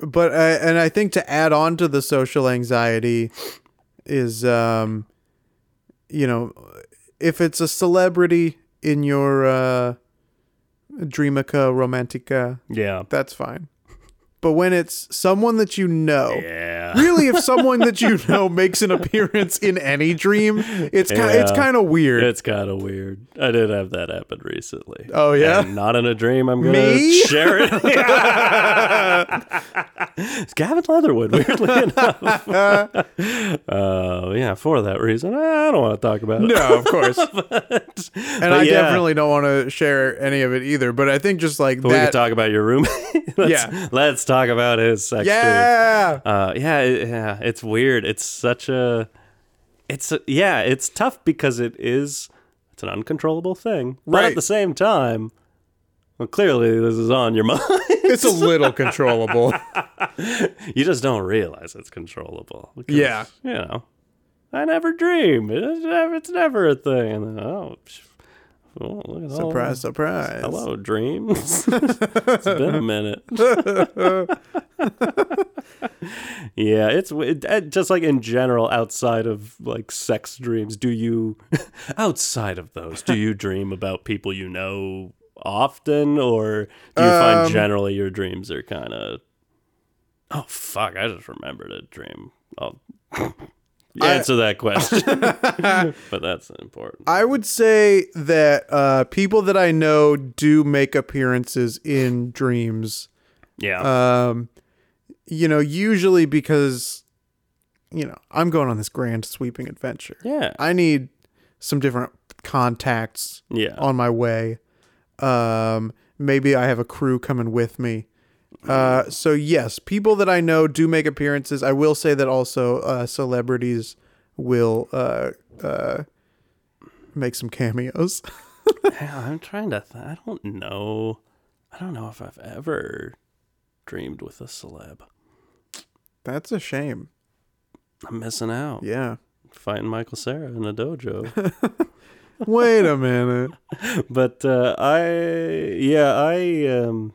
S1: but I, and I think to add on to the social anxiety is um, you know, if it's a celebrity in your uh, dreamica romantica,
S2: Yeah.
S1: that's fine. But when it's someone that you know.
S2: Yeah.
S1: really if someone that you know makes an appearance in any dream it's kind it's
S2: Yeah.
S1: kind of weird
S2: It's kind of weird. I did have that happen recently.
S1: oh yeah
S2: And not in a dream. I'm gonna
S1: Me?
S2: share
S1: <laughs>
S2: it. <laughs> it's Gavin Leatherwood, weirdly <laughs> enough. uh, yeah, for that reason, I don't want to talk about it.
S1: no
S2: <laughs>
S1: of course and
S2: But
S1: i
S2: yeah,
S1: definitely don't want to share any of it either but i think just like
S2: But we
S1: that
S2: could talk about your roommate. <laughs> let's,
S1: Yeah.
S2: let's talk about his sex. dream.
S1: yeah
S2: Uh, yeah, it- yeah. It's weird. It's such a. It's a, yeah. It's tough because it is. It's an uncontrollable thing. But
S1: Right.
S2: at the same time, well, clearly this is on your <laughs> mind.
S1: it's a
S2: <laughs>
S1: little controllable
S2: you just don't realize it's controllable. 'cause,
S1: Yeah.
S2: You know, I never dream. It's never, it's never a thing. And then, oh, psh, Oh, look at all-
S1: Surprise, surprise. <laughs>
S2: Hello, dreams. it's been a minute. <laughs> yeah, it's it, it- just like in general, outside of like sex dreams, do you, <laughs> outside of those, do you dream about people you know often or do you
S1: Um,
S2: find generally your dreams are kind of, oh, fuck, I just remembered a dream. I'll answer that question. <laughs> but that's important.
S1: I would say that uh, people that I know do make appearances in dreams.
S2: Yeah.
S1: Um, you know, usually because, you know, I'm going on this grand sweeping adventure.
S2: yeah.
S1: I need some different contacts
S2: yeah.
S1: on my way. Um, maybe I have a crew coming with me. Uh, so yes, people that I know do make appearances. I will say that also uh, celebrities will uh, uh, make some cameos. <laughs>
S2: Yeah, I'm trying to. Th- I don't know. I don't know if I've ever dreamed with a celeb.
S1: That's a shame.
S2: I'm missing out.
S1: Yeah.
S2: Fighting Michael Sarah in a dojo. <laughs>
S1: Wait a minute.
S2: but uh, I, yeah, I. um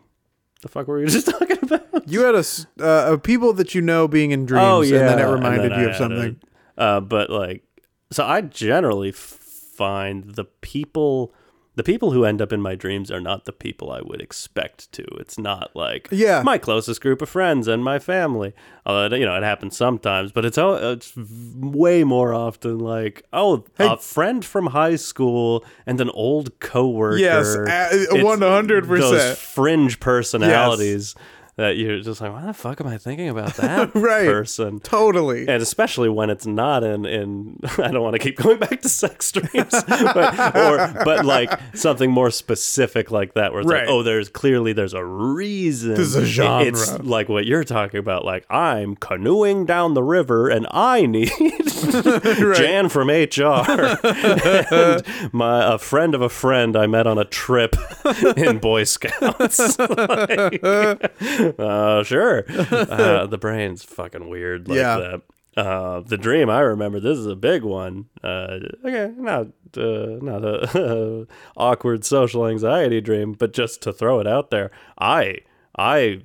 S2: The fuck were we just <laughs> talking about?
S1: You had a s- uh, uh, people that you know being in dreams, and then it reminded
S2: Oh, then
S1: you
S2: I
S1: of
S2: had a-
S1: something.
S2: uh, but like, so I generally f- find the people. The people who end up in my dreams are not the people I would expect to. It's not like
S1: Yeah.
S2: my closest group of friends and my family. Although you know it happens sometimes, but it's al- it's way more often like oh a friend from high school and an old coworker.
S1: Yes, uh, a-
S2: It's
S1: 100%.
S2: Those fringe personalities that you're just like, why the fuck am I thinking about
S1: <laughs>
S2: that
S1: Right.
S2: person?
S1: totally.
S2: and especially when it's not in in <laughs> I don't want to keep going back to sex <laughs> dreams, but or but like something more specific like that, where it's
S1: Right.
S2: like, oh, there's clearly there's a reason.
S1: This is a
S2: It-
S1: genre.
S2: It's like what you're talking about. Like I'm canoeing down the river, and I
S1: <laughs>
S2: need Jan from HR and my a friend of a friend I met on a trip in Boy Scouts. <laughs> Like, <laughs>
S1: <laughs>
S2: uh, sure, uh, the brain's fucking weird like
S1: Yeah.
S2: that. Uh, the dream I remember. This is a big one. Uh, okay, not uh, not a <laughs> awkward social anxiety dream, but just to throw it out there, I I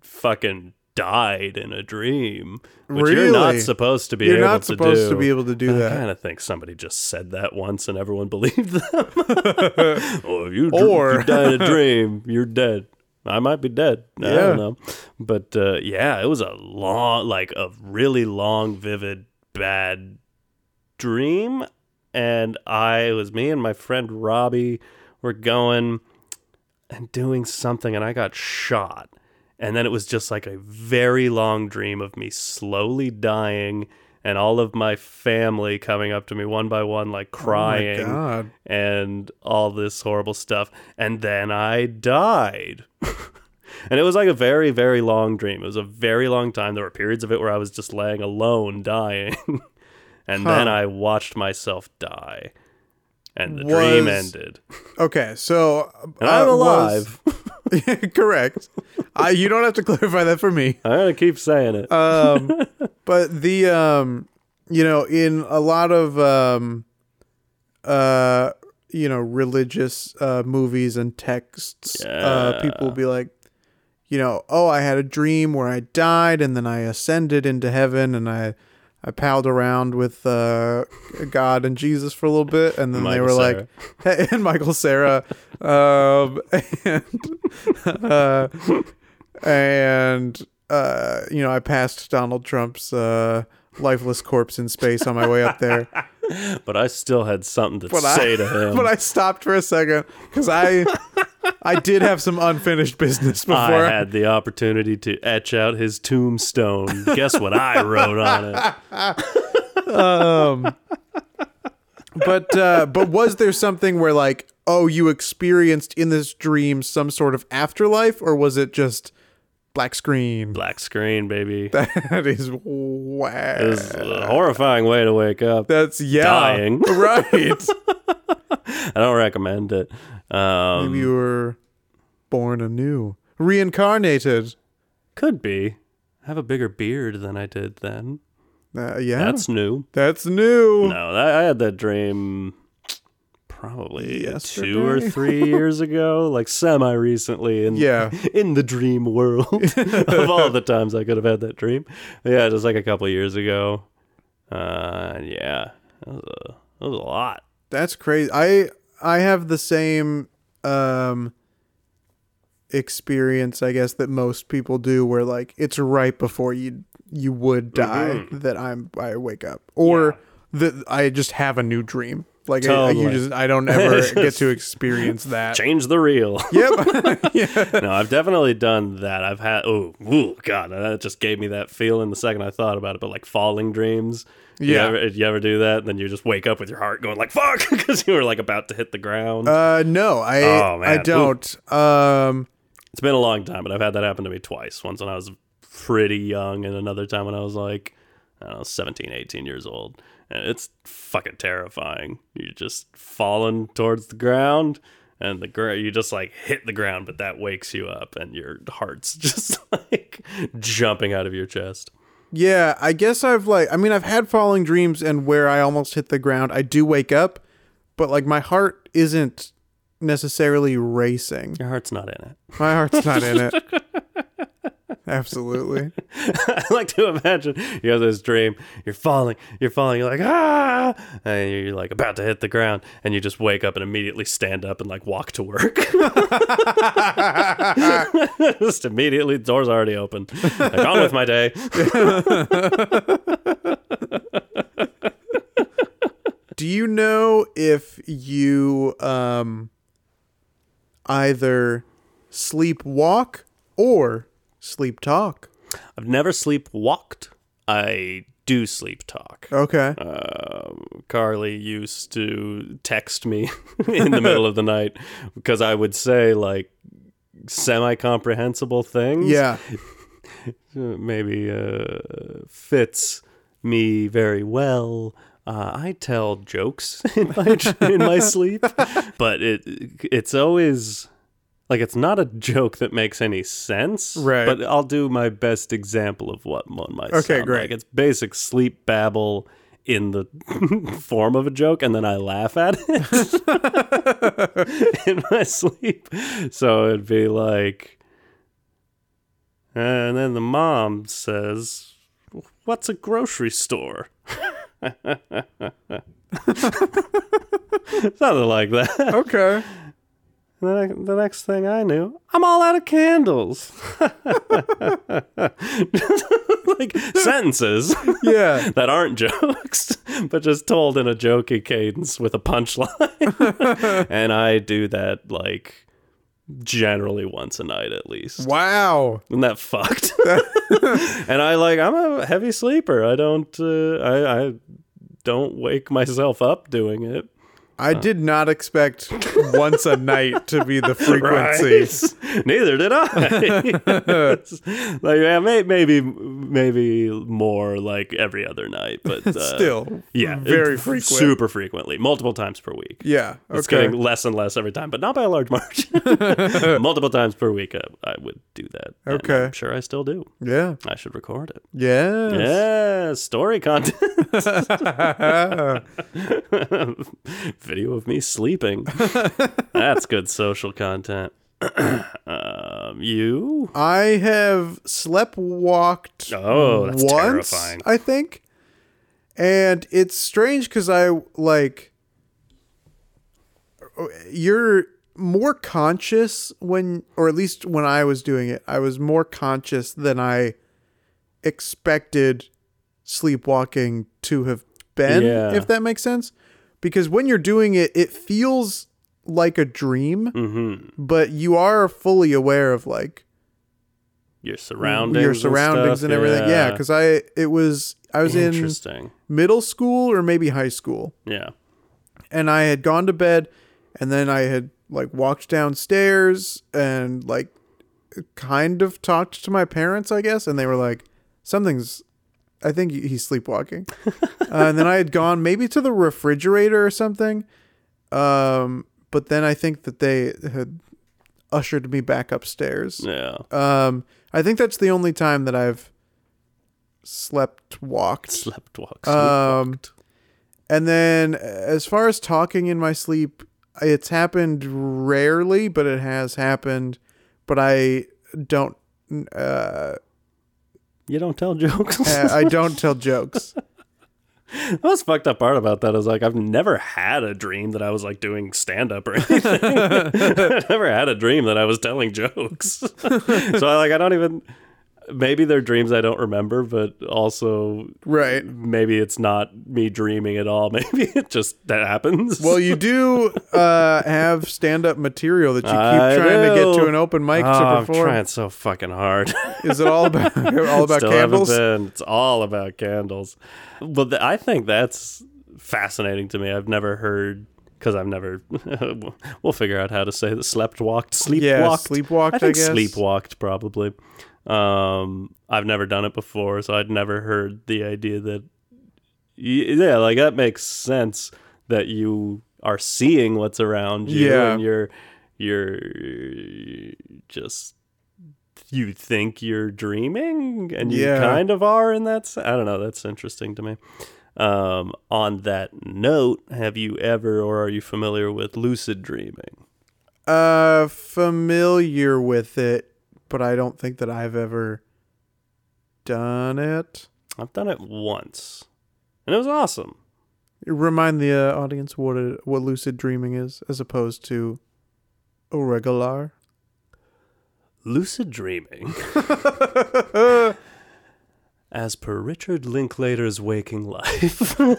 S2: fucking died in a dream, which you're not
S1: Really?
S2: supposed to be
S1: You're
S2: able
S1: not
S2: to
S1: supposed
S2: do.
S1: to be able to do
S2: I
S1: that.
S2: kind of think somebody just said that once and everyone <laughs> believed
S1: <laughs>
S2: them. or if you, dr-
S1: Or-
S2: you die
S1: <laughs>
S2: in a dream, you're dead. I might be dead. I
S1: Yeah.
S2: don't know. But uh, yeah, it was a long, like a really long, vivid, bad dream. And I, it was me and my friend Robbie were going and doing something, and I got shot. And then it was just like a very long dream of me slowly dying and all of my family coming up to me one by one, like crying
S1: Oh my god.
S2: and all this horrible stuff. And then I died. <laughs> and it was like a very, very long dream. It was a very long time. There were periods of it where I was just laying alone, dying. <laughs> and then
S1: Huh.
S2: I watched myself die. And the dream
S1: Was-
S2: ended.
S1: Okay, so
S2: And
S1: uh,
S2: I'm
S1: was-
S2: alive. <laughs>
S1: <laughs> correct. I, you don't have to <laughs> clarify that for me.
S2: I'm going to keep saying it.
S1: Um, but the um, you know, in a lot of um, uh, you know, religious uh, movies and texts, uh, people will be like, you know, oh, I had a dream where I died and then I ascended into heaven and I. I palled around with uh, God and Jesus for a little bit, and then they
S2: Michael
S1: were like, <laughs> hey, and Michael Sarah, um, <laughs> and uh, and uh, you know, I passed Donald Trump's uh, lifeless corpse in space on my way up there.
S2: but I still had something to
S1: I-
S2: say
S1: <laughs>
S2: to him.
S1: but I stopped for a second because I I did have some unfinished business before.
S2: I had the opportunity to etch out his tombstone. Guess what I wrote
S1: <laughs>
S2: on it?
S1: <laughs> but uh, but was there something where like oh you experienced in this dream some sort of afterlife or was it just black screen?
S2: Black screen, baby.
S1: <laughs> That is wow.
S2: It was a horrifying way to wake up.
S1: That's yeah. <laughs>
S2: Dying.
S1: Right.
S2: I don't recommend it. <laughs> Um,
S1: you were born anew, reincarnated.
S2: could be. I have a bigger beard than I did then.
S1: Uh, yeah, that's
S2: That's new.
S1: new.
S2: No, I, I had that dream probably two or
S1: Yesterday? <laughs>
S2: three years ago, like semi recently in
S1: Yeah.
S2: in the dream world
S1: <laughs>
S2: of all the times I could have had that dream. Yeah, just like a couple years ago. Uh, yeah, that was a, that was a lot.
S1: That's crazy. I I have the same um experience, I guess, that most people do where like it's right before you you would die
S2: Mm-hmm.
S1: that I'm I wake up. Or that I just have a new dream. Like I- I, you
S2: Totally.
S1: just I don't
S2: <laughs>
S1: ever
S2: It's
S1: get
S2: just-
S1: to experience
S2: <laughs>
S1: that.
S2: Change the reel.
S1: Yep. <laughs> yeah.
S2: no, I've definitely done that. I've had oh, ooh, god, that just gave me that feeling the second I thought about it. But like falling dreams, you
S1: Yeah.
S2: ever, you ever do that, and then you just wake up with your heart going like fuck <laughs> because you were like about to hit the ground.
S1: Uh no, I
S2: Oh,
S1: I
S2: man. Ooh.
S1: don't. Um
S2: it's been a long time, but I've had that happen to me twice. Once when I was pretty young, and another time when I was like I don't know, 17, 18 years old. And it's fucking terrifying. You're just falling towards the ground. And the ground, you just like hit the ground, but that wakes you up, and your heart's <laughs> just like jumping out of your chest.
S1: Yeah, I guess I've like I mean I've had falling dreams and where I almost hit the ground, I do wake up, but like my heart isn't necessarily racing.
S2: Your heart's not in it.
S1: My heart's not in it. Absolutely.
S2: I <laughs> like to imagine you have this dream, you're falling, you're falling, you're like, ah, and you're like about to hit the ground, and you just wake up and immediately stand up and like walk to work. <laughs> just immediately, the door's already open. Like, on with my day.
S1: Do you know if you um either sleepwalk or sleep talk?
S2: I've never sleepwalked. I do sleep talk.
S1: Okay.
S2: um, Carly used to text me <laughs> in the middle of the night because I would say like semi comprehensible things.
S1: Yeah.
S2: Uh, maybe uh, fits me very well. Uh, I tell jokes <laughs> in my in my sleep, but it it's always like it's not a joke that makes any sense.
S1: Right.
S2: But I'll do my best example of what one might.
S1: Okay,
S2: sound
S1: great.
S2: Like it's basic sleep babble in the <laughs> form of a joke, and then I laugh at it <laughs> in my sleep. So it'd be like. And then the mom says, What's a grocery store? <laughs> Something like that. <laughs>
S1: Okay.
S2: The, ne- the next thing I knew, I'm all out of candles. <laughs> like sentences <laughs>
S1: Yeah.
S2: that aren't jokes, <laughs> but just told in a jokey cadence with a punchline. <laughs> and I do that like generally once a night at least.
S1: Wow.
S2: Isn't that fucked? <laughs> and I like I'm a heavy sleeper. I don't uh, I I don't wake myself up doing it.
S1: I did not
S2: <laughs>
S1: expect once a night to be the frequency.
S2: Right? <laughs> Neither did I. <laughs> like yeah, may, maybe maybe more like every other night, but uh,
S1: Still.
S2: yeah,
S1: Very
S2: f-
S1: frequent.
S2: super frequently, multiple times per week.
S1: Yeah.
S2: It's
S1: Okay.
S2: getting less and less every time, but not by a
S1: <laughs>
S2: large margin. <laughs> multiple times per week, uh, I, I would do that. and
S1: Okay.
S2: I'm sure I still do.
S1: yeah.
S2: I should record it.
S1: Yes.
S2: Yeah, story content. <laughs>
S1: Ah.
S2: Video of
S1: <laughs>
S2: me sleeping. That's good social content. <clears throat> um, you?
S1: I have sleptwalked
S2: Oh, that's
S1: once,
S2: terrifying.
S1: I think. And it's strange cuz I like you're more conscious when or at least when I was doing it, I was more conscious than I expected sleepwalking to have been,
S2: Yeah.
S1: if that makes sense. Because when you're doing it, it feels like a dream,
S2: Mm-hmm.
S1: but you are fully aware of like
S2: Your surroundings.
S1: your surroundings
S2: and,
S1: and, everything. Yeah, because I it was I was in
S2: Interesting.
S1: middle school or maybe high school,
S2: Yeah.
S1: and I had gone to bed, and then I had like walked downstairs and like kind of talked to my parents, I guess, and they were like, "Something's, I think he's
S2: <laughs>
S1: sleepwalking." uh, and then I had gone maybe to the refrigerator or something, um, but then I think that they had ushered me back upstairs.
S2: Yeah.
S1: Um, I think that's the only time that I've slept walked. uh,
S2: Slept walks.
S1: Um, and then as far as talking in my sleep, It's happened rarely, but it has happened. But I don't. Uh,
S2: You don't tell jokes.
S1: I don't tell
S2: <laughs>
S1: jokes.
S2: the most fucked up part about that is like I've never had a dream that I was like doing stand up or anything. <laughs> I've never had a dream that I was telling jokes. <laughs> so I like I don't even maybe they're dreams I don't remember, but also
S1: Right.
S2: maybe it's not me dreaming at all. <laughs> Maybe it just that happens.
S1: Well, you do uh, have stand-up material that you keep
S2: I
S1: trying to get
S2: do.
S1: to an open mic
S2: Oh,
S1: to
S2: I'm
S1: perform.
S2: trying so fucking hard. <laughs>
S1: Is it all about all about
S2: Still haven't
S1: candles?
S2: been. It's all about candles. But th- I think that's fascinating to me. I've never heard because I've never. <laughs> we'll figure out how to say that. Slept walked, sleepwalked,
S1: Yeah, sleepwalked,
S2: I think
S1: I guess.
S2: sleepwalked probably. Um, I've never done it before, so I'd never heard the idea that. y- Yeah, like that makes sense that you are seeing what's around you
S1: Yeah.
S2: and you're you're just you think you're dreaming and you
S1: Yeah.
S2: kind of are in that s- i don't know that's interesting to me um, on that note have you ever or are you familiar with lucid dreaming
S1: Uh, familiar with it, but I don't think that I've ever done it.
S2: i've done it once and it was awesome
S1: Remind the uh, audience what it, what lucid dreaming is, as opposed to
S2: <laughs>
S1: irregular.
S2: lucid dreaming <laughs>
S1: Oh,
S2: as per richard linklater's waking life <laughs> um,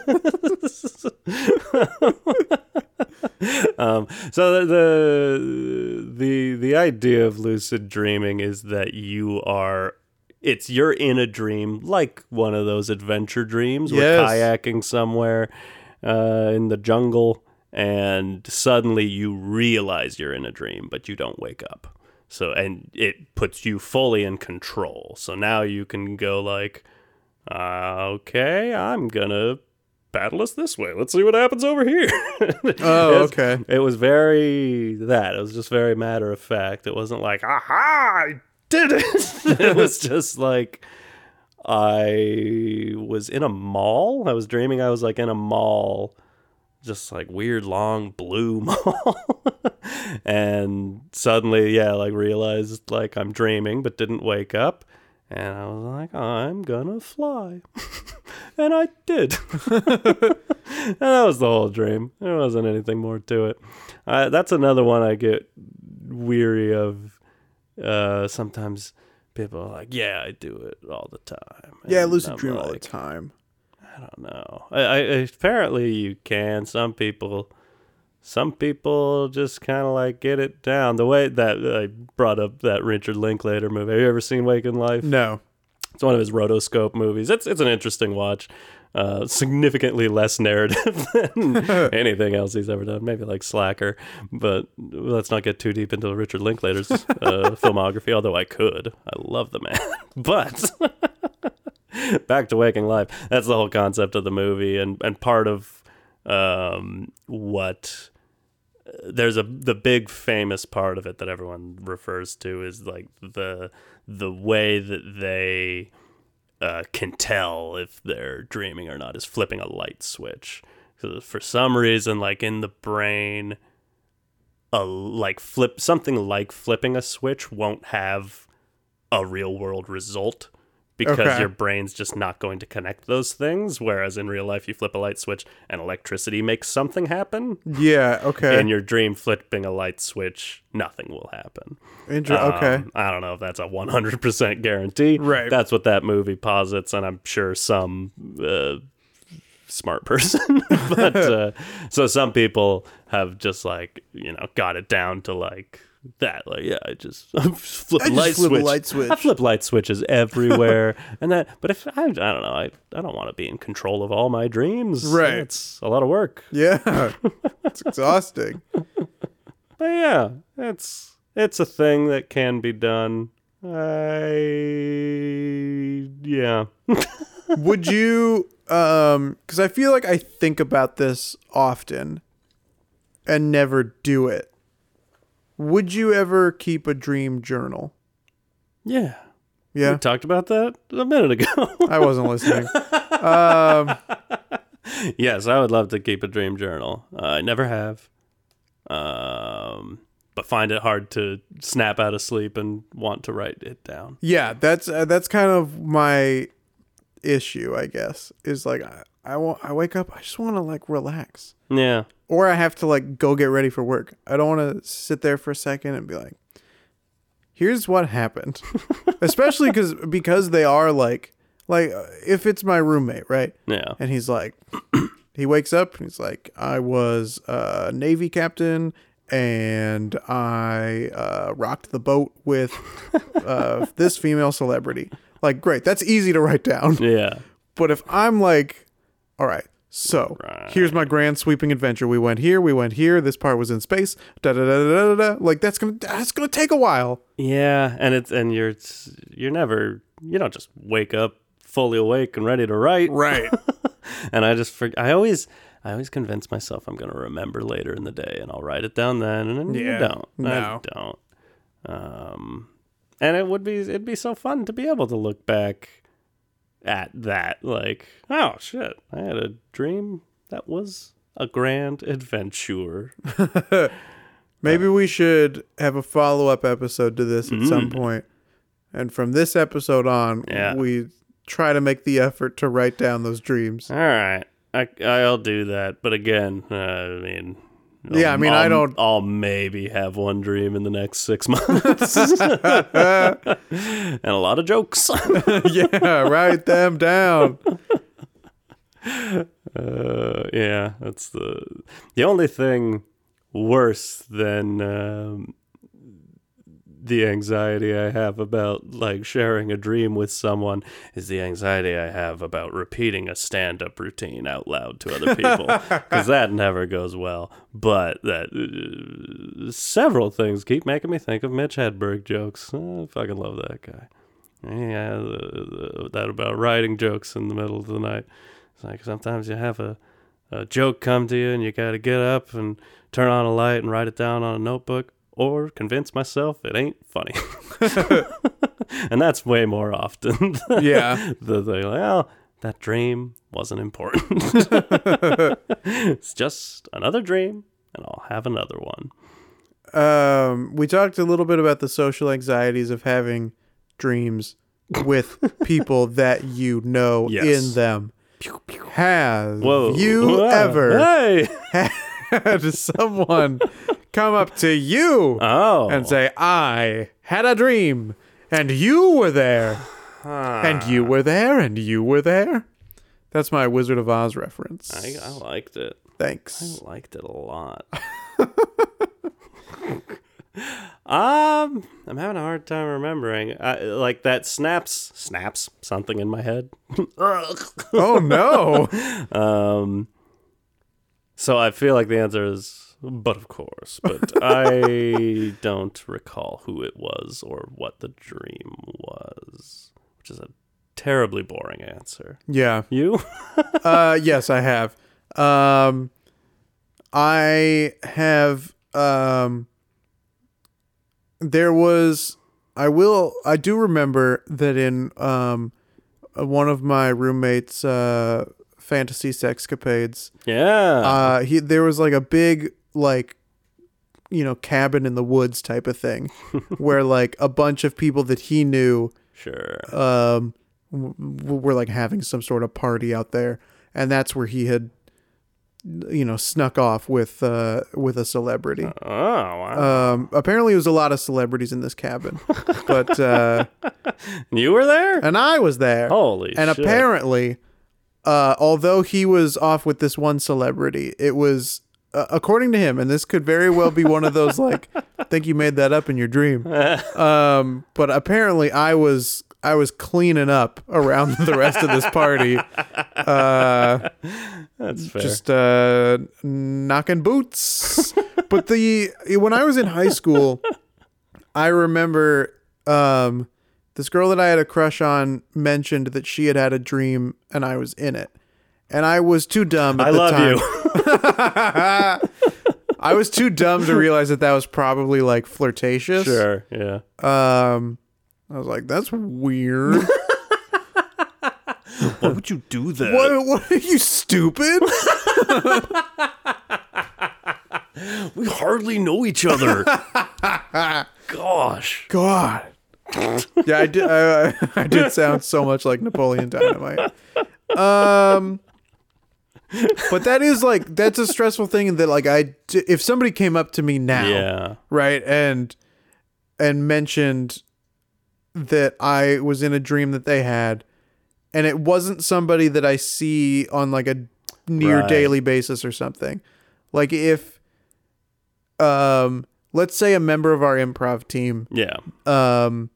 S2: so the, the the the idea of lucid dreaming is that you are it's you're in a dream like one of those adventure dreams where
S1: Yes.
S2: kayaking somewhere uh, in the jungle and suddenly you realize you're in a dream but you don't wake up so and it puts you fully in control so now you can go like uh, okay i'm gonna battle us this way let's see what happens over here <laughs>
S1: Oh,
S2: It's-
S1: okay.
S2: it was very that. It was just very matter of fact. It wasn't like, aha, I did it. <laughs> it was just like I was in a mall. I was dreaming I was like in a mall, just like weird long blue <laughs> mall. and suddenly, yeah, like realized like I'm dreaming but didn't wake up. And I was like, I'm gonna fly. <laughs> and I did. <laughs> And that was the whole dream. There wasn't anything more to it. Uh, that's another one I get weary of. Uh, sometimes people are like, "Yeah, I do it all the time."
S1: Yeah,
S2: And
S1: lucid
S2: I'm
S1: dream all the
S2: like,
S1: time.
S2: I don't know. I, I apparently you can. Some people, some people just kind of like get it down. The way that uh, I brought up that Richard Linklater movie. Have you ever seen Waking Life?
S1: No.
S2: It's one of his rotoscope movies. It's it's an interesting watch. Uh, significantly less narrative <laughs> than anything else he's ever done. Maybe like Slacker, but let's not get too deep into Richard Linklater's uh, filmography. Although I could, I love the man. <laughs> But back to Waking Life. That's the whole concept of the movie, and and part of um, what there's a the big famous part of it that everyone refers to is like the the way that they uh, can tell if they're dreaming or not is flipping a light switch. 'Cause for some reason, like in the brain, a like flip something like flipping a switch won't have a real world result because
S1: Okay.
S2: your brain's just not going to connect those things. Whereas in real life, you flip a light switch and electricity makes something happen.
S1: Yeah. Okay.
S2: In your dream, flipping a light switch, nothing will happen.
S1: Inter- okay.
S2: Um, I don't know if that's a 100% guarantee.
S1: Right.
S2: That's what that movie posits, and I'm sure some uh, smart <laughs> person.
S1: <laughs>
S2: but uh, so some people have just like, you know, got it down to like that. Like, yeah, I just <laughs> I flip,
S1: I just
S2: light,
S1: flip a
S2: switch.
S1: light switch.
S2: I flip light switches
S1: <laughs>
S2: everywhere. and that, but if I, I don't know, I, I don't want to be in control of all my dreams.
S1: Right.
S2: It's a lot of work. <laughs>
S1: Yeah. it's exhausting.
S2: But yeah, it's it's a thing that can be done. I yeah.
S1: would you um because i feel like i think about this often and never do it would you ever keep a dream journal
S2: Yeah. We
S1: yeah
S2: talked about that a minute ago. <laughs>
S1: i wasn't listening
S2: yes, I would love to keep a dream journal. I never Uh, have. um, but find it hard to snap out of sleep and want to write it down.
S1: Yeah, that's uh, that's kind of my issue, I guess. Is like I I, wa- I wake up, I just want to like relax,
S2: Yeah.
S1: or I have to like go get ready for work. I don't want to sit there for a second and be like, "Here's what happened," especially because because they are like like uh, if it's my roommate, right?
S2: Yeah.
S1: And he's like, <clears throat> he wakes up and he's like, I was a Navy captain and I uh, rocked the boat with uh, this female celebrity. Like, great, that's easy to write down.
S2: Yeah.
S1: But if I'm like, all right, so here's my grand sweeping adventure. We went here, we went here. This part was in space. Da da da da da da. Like that's gonna that's gonna take a while.
S2: Yeah, and it's and you're it's, you're never you don't just wake up fully awake and ready to write.
S1: Right.
S2: and I just for, I always I always convince myself I'm gonna remember later in the day and I'll write it down then and then
S1: Yeah,
S2: you don't.
S1: no.
S2: I don't. Um and it would be it'd be so fun to be able to look back at that like oh shit I had a dream that was a grand adventure.
S1: <laughs> <laughs> Maybe we should have a follow up episode to this at some point. And from this episode on,
S2: Yeah.
S1: we try to make the effort to write down those dreams.
S2: All right. I, I'll do that. But again, uh, I mean.
S1: Yeah, I mean, I
S2: I'll-
S1: don't-
S2: Um, I'll maybe have one dream in the next six <laughs> months. and a lot of jokes. <laughs>
S1: <laughs> yeah, write them <laughs> down.
S2: uh, yeah, that's the the only thing worse than um, the anxiety I have about like sharing a dream with someone is the anxiety I have about repeating a stand up routine out loud to other people because that never goes well. But that uh, several things keep making me think of Mitch Hedberg jokes. I fucking love that guy. Yeah, the, the, uh, that about writing jokes in the middle of the night. It's like sometimes you have a, a joke come to you and you got to get up and turn on a light and write it down on a notebook or convince myself it ain't funny. <laughs> and that's way more often <laughs>
S1: Yeah.
S2: the thing like, oh, that dream wasn't important. <laughs> it's just another dream and I'll have another one.
S1: Um, we talked a little bit about the social anxieties of having dreams with
S2: <laughs>
S1: people that you know
S2: Yes.
S1: in them. Have
S2: Whoa.
S1: you
S2: Whoa. <laughs>
S1: ever <laughs>
S2: Hey.
S1: had someone come up to you
S2: Oh.
S1: and say, I had a dream and you were
S2: <sighs>
S1: there. And you were there and you were there. That's my Wizard of Oz reference.
S2: I, I liked it.
S1: Thanks.
S2: liked it
S1: <laughs>
S2: a lot. um, I'm having a hard time remembering. I, like that snaps, snaps something in
S1: <laughs>
S2: my head.
S1: oh
S2: <laughs>
S1: no.
S2: um, so I feel like the answer is, but of course, but
S1: <laughs>
S2: I don't recall who it was or what the dream was, which is a terribly boring answer.
S1: Yeah. <laughs>
S2: You?
S1: Uh yes, I have. Um I have um there was I will I do remember that in um one of my roommates uh fantasy sexcapades
S2: yeah.
S1: uh he there was like a big like you know cabin in the woods type of thing where like a bunch of people that he knew
S2: sure.
S1: um w- w- were like having some sort of party out there and that's where he had you know snuck off with uh with a celebrity
S2: Oh, wow.
S1: um apparently it was a lot of celebrities in this cabin but uh
S2: you were there?
S1: and I was there
S2: Holy
S1: and
S2: shit.
S1: apparently uh, although he was off with this one celebrity it was uh, according to him and this could very well be one of those like <laughs> I think you made that up in your dream um, but apparently i was i was cleaning up around <laughs> the rest of this party
S2: That's fair.
S1: just uh, knocking
S2: <laughs>
S1: boots but the when i was in high school i remember um, this girl that i had a crush on mentioned that she had had a dream and i was in it and i was too dumb at
S2: I
S1: the
S2: love
S1: time.
S2: you.
S1: I was too dumb to realize that that was probably like flirtatious.
S2: sure. Yeah.
S1: Um, I was like, that's weird. <laughs>
S2: Why would you do that?
S1: what, what are you stupid?
S2: We hardly know
S1: <laughs>
S2: each other. Gosh.
S1: God. yeah, I did. I, I- I did sound so much like Napoleon Dynamite. Um, but that is like that's a stressful thing. and That like I, d- if somebody came up to me now,
S2: Yeah.
S1: right, and and mentioned that I was in a dream that they had, and it wasn't somebody that I see on like a near
S2: Right.
S1: daily basis or something. Like if, um, let's say a member of our improv team
S2: Yeah.
S1: um,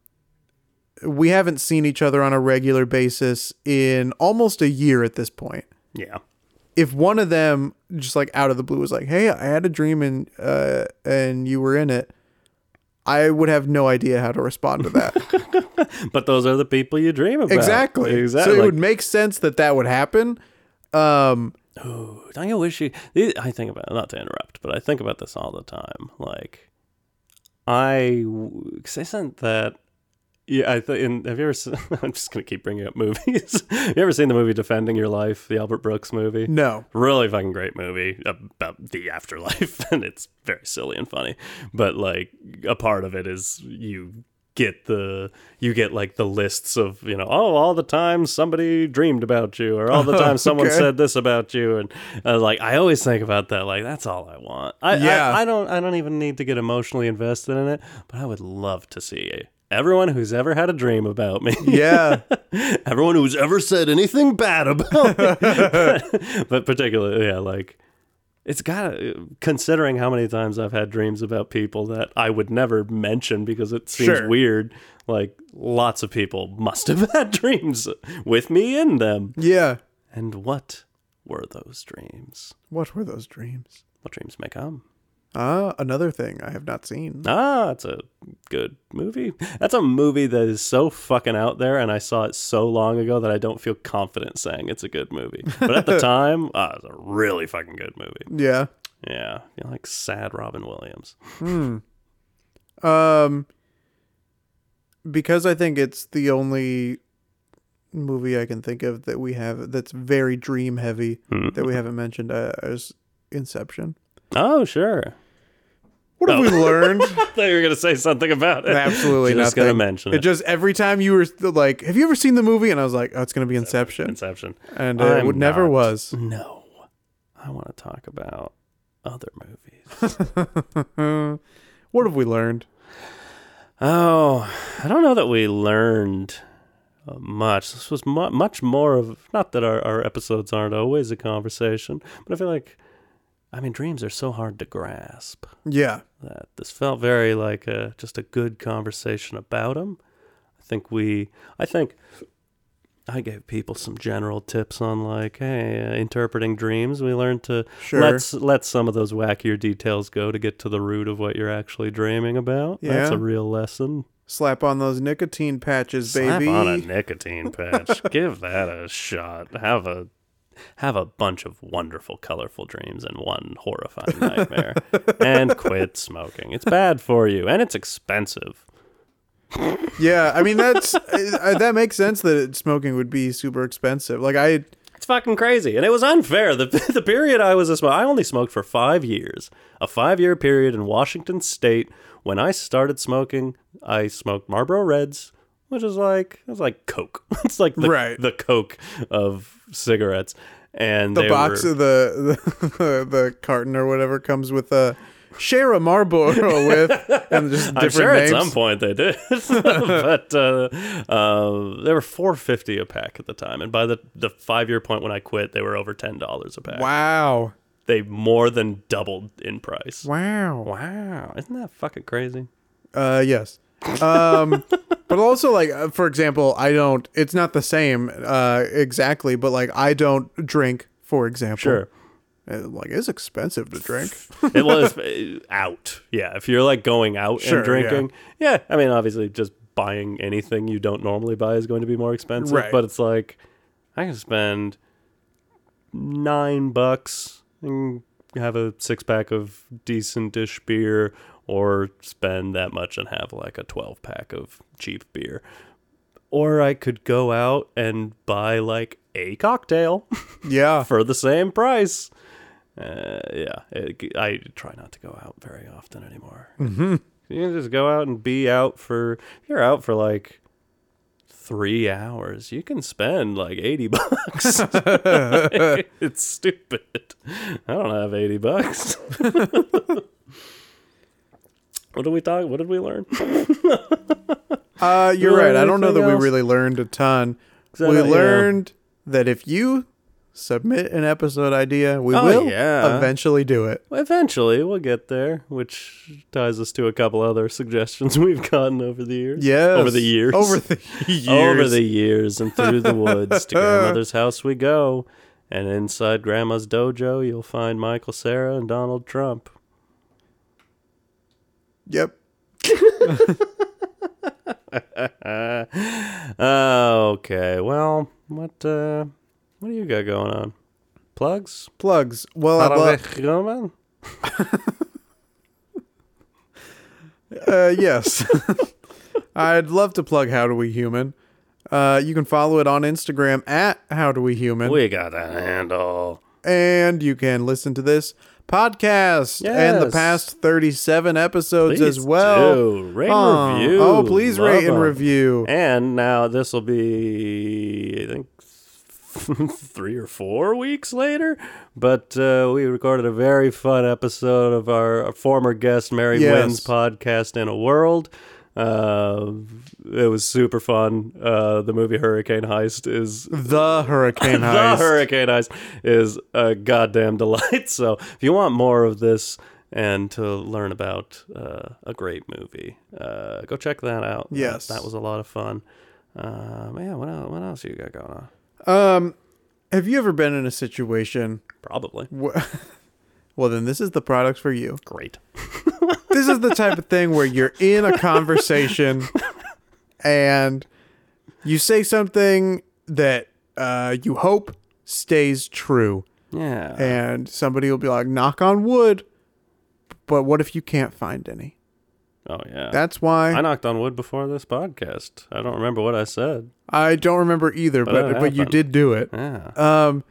S1: we haven't seen each other on a regular basis in almost a year at this point. <laughs>
S2: Yeah. <laughs>
S1: If one of them just like out of the blue was like, "Hey, I had a dream and uh, and you were in it," I would have no idea how to respond to that.
S2: But those are the people you dream about.
S1: exactly.
S2: Exactly.
S1: So it would make sense that that would happen. Um,
S2: Ooh, don't you wish you? the- I think about not to interrupt, but I think about this all the time. Like, I because I sent that. Yeah, I th- and have you ever? se- <laughs> I'm just gonna keep bringing up movies. <laughs> you ever seen the movie Defending Your Life, the Albert Brooks movie?
S1: no.
S2: really fucking great movie about the afterlife <laughs> and it's very silly and funny but like a part of it is you get the you get like the lists of you know oh all the times somebody dreamed about you
S1: <laughs>
S2: or all the time someone
S1: Okay.
S2: said this about you and uh, like i always think about that like that's all i want I,
S1: Yeah.
S2: I i don't i don't even need to get emotionally invested in it but i would love to see everyone who's ever had a dream about me <laughs>
S1: Yeah.
S2: Everyone who's ever said anything bad about me, <laughs> but particularly, yeah, like it's got to considering how many times I've had dreams about people that I would never mention because it seems
S1: Sure.
S2: weird. Like lots of people must have <laughs> had dreams with me in them.
S1: yeah.
S2: And what were those dreams?
S1: What were those dreams?
S2: What dreams may come?
S1: Ah, another thing I have not seen.
S2: Ah, that's a good movie. That's a movie that is so fucking out there, and I saw it so long ago that I don't feel confident saying it's a good movie. But at
S1: <laughs>
S2: the time, ah, it's a really fucking good movie.
S1: Yeah.
S2: Yeah, you know, like sad Robin Williams.
S1: Um, because I think it's the only movie I can think of that we have that's very dream heavy
S2: Hmm.
S1: that we haven't mentioned uh, is Inception.
S2: Oh, sure. <laughs>
S1: What have
S2: Oh.
S1: we
S2: <laughs>
S1: learned?
S2: I thought you were gonna say something about it.
S1: Absolutely
S2: Just
S1: nothing.
S2: gonna mention
S1: it
S2: it.
S1: just every time you were like, "Have you ever seen the movie?" and I was like, "Oh, it's gonna be Inception,"
S2: Inception.
S1: and it
S2: I'm
S1: would never
S2: not. <laughs>
S1: was. <laughs>
S2: No, I want to talk about other movies.
S1: what have we learned?
S2: Oh, I don't know that we learned uh, much. This was mu- much more of not that our, our episodes aren't always a conversation, but I feel like, I mean, dreams are so hard to grasp
S1: Yeah,
S2: that this felt very like a, just a good conversation about them. I think we, I think I gave people some general tips on like, hey, uh, interpreting dreams. We learned to
S1: sure.
S2: Let's let some of those wackier details go to get to the root of what you're actually dreaming about. That's
S1: Yeah.
S2: a real lesson.
S1: Slap on those nicotine patches,
S2: Slap
S1: baby.
S2: on a
S1: <laughs>
S2: nicotine patch. Give that a shot. Have a have a bunch of wonderful, colorful dreams and one horrifying
S1: <laughs>
S2: nightmare, and quit smoking. It's bad for you, and it's expensive.
S1: Yeah, I mean that's <laughs> uh, that makes sense that it, smoking would be super expensive. Like I
S2: It's fucking crazy, and it was unfair. The <laughs> the period I was a smoker, I only smoked for five years, a five year period in Washington State. When I started smoking, I smoked Marlboro Reds, which is like it's like Coke. <laughs> It's like the,
S1: Right.
S2: the Coke of cigarettes, and
S1: the
S2: they
S1: box
S2: were,
S1: of the, <laughs> the the carton or whatever comes with a share a Marlboro <laughs> with and just different
S2: I'm sure
S1: names.
S2: at some point they did, <laughs> but uh, uh, they were four fifty a pack at the time, and by the the five year point when I quit, they were over ten dollars a pack.
S1: Wow.
S2: They more than doubled in price.
S1: Wow.
S2: Wow, isn't that fucking crazy?
S1: Uh yes. Um <laughs> but also like uh, for example, I don't it's not the same uh exactly, but like I don't drink for example. Uh, like it's expensive to drink.
S2: it was uh, out. Yeah, if you're like going out
S1: Sure, yeah.
S2: and drinking, yeah. I mean, obviously, just buying anything you don't normally buy is going to be more expensive.
S1: Right.
S2: But it's like I can spend nine bucks and have a six pack of decent-ish beer, or spend that much and have like a twelve pack of cheap beer. Or I could go out and buy like a cocktail.
S1: Yeah.
S2: for the same price. Uh, yeah, it, I try not to go out very often anymore.
S1: hmm
S2: You can just go out and be out for. If you're out for like three hours, you can spend like eighty <laughs> bucks. it's stupid. I don't have eighty bucks. <laughs> what did we talk? What did we learn?
S1: Uh, you're
S2: learn
S1: right. I don't know that
S2: anything
S1: we
S2: else?
S1: really learned a ton.
S2: 'Cause I
S1: We
S2: don't- yeah.
S1: learned that if you submit an episode idea, we
S2: Oh,
S1: will
S2: yeah.
S1: eventually do it.
S2: Eventually, we'll get there, which ties us to a couple other suggestions <laughs> we've gotten over the years.
S1: Yes.
S2: Over the years.
S1: Over
S2: <laughs>
S1: the years.
S2: Over the years and through the woods
S1: <laughs>
S2: to grandmother's house we go. And inside grandma's dojo, you'll find Michael Sarah and Donald Trump.
S1: Yep.
S2: Okay, well, what uh, what do you got going on? Plugs?
S1: Plugs. Uh, Well, I'd <laughs> love,
S2: Parabellum?
S1: uh, yes. <laughs> I'd love to plug How Do We Human. Uh, you can follow it on Instagram at How Do We Human.
S2: We got a handle.
S1: and you can listen to this podcast and the
S2: Yes.
S1: past 37 episodes
S2: Please
S1: as well.
S2: do. Rate and
S1: Aw.
S2: review.
S1: Oh, please
S2: Love
S1: rate and
S2: 'em.
S1: review.
S2: And now this will be, I think, <laughs> three or four weeks later. But uh, we recorded a very fun episode of our, our former guest, Mary
S1: Yes.
S2: Wynn's podcast, In a World. Uh, it was super fun. Uh, the movie Hurricane Heist is
S1: <laughs> The Hurricane Heist.
S2: the Hurricane Heist is a goddamn delight. <laughs> So if you want more of this and to learn about uh, a great movie, uh, go check that out.
S1: Yes.
S2: that, that was a lot of fun. Uh, man, what else, what else you got going on?
S1: Um, have you ever been in a situation?
S2: Probably
S1: Wh- <laughs> well, then this is the product for you.
S2: great.
S1: This is the type of thing where you're in a conversation and you say something that uh, you hope stays true,
S2: Yeah,
S1: and somebody will be like, "Knock on wood," but what if you can't find any?
S2: oh yeah.
S1: That's why
S2: I knocked on wood before this podcast. I don't remember what I said.
S1: I don't remember either,
S2: But
S1: but
S2: that
S1: but you
S2: happened.
S1: did do it.
S2: Yeah.
S1: Um,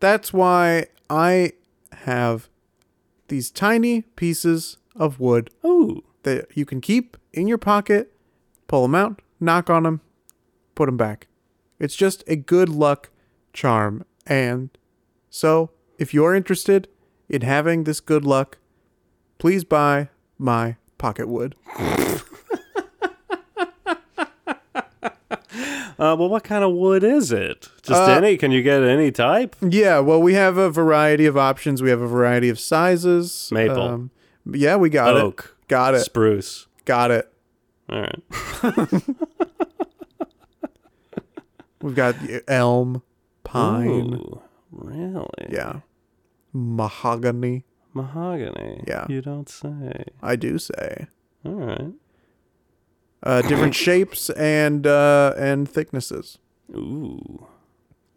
S1: that's why I have these tiny pieces of wood
S2: Ooh.
S1: that you can keep in your pocket, pull them out, knock on them, put them back. It's just a good luck charm. And so, if you're interested in having this good luck, please buy my pocket wood. <laughs>
S2: Uh, well, what kind of wood is it? Just
S1: Uh,
S2: any? Can you get any type?
S1: Yeah, well, we have a variety of options. We have a variety of sizes.
S2: Maple.
S1: Um, yeah, we got it.
S2: Oak.
S1: Got it.
S2: Spruce.
S1: Got it.
S2: All right.
S1: We've got the elm, pine,
S2: Ooh, really?
S1: yeah, mahogany.
S2: Mahogany.
S1: Yeah.
S2: You don't say.
S1: I do say
S2: All right.
S1: uh,
S2: <coughs>
S1: different shapes and uh, and thicknesses.
S2: Ooh.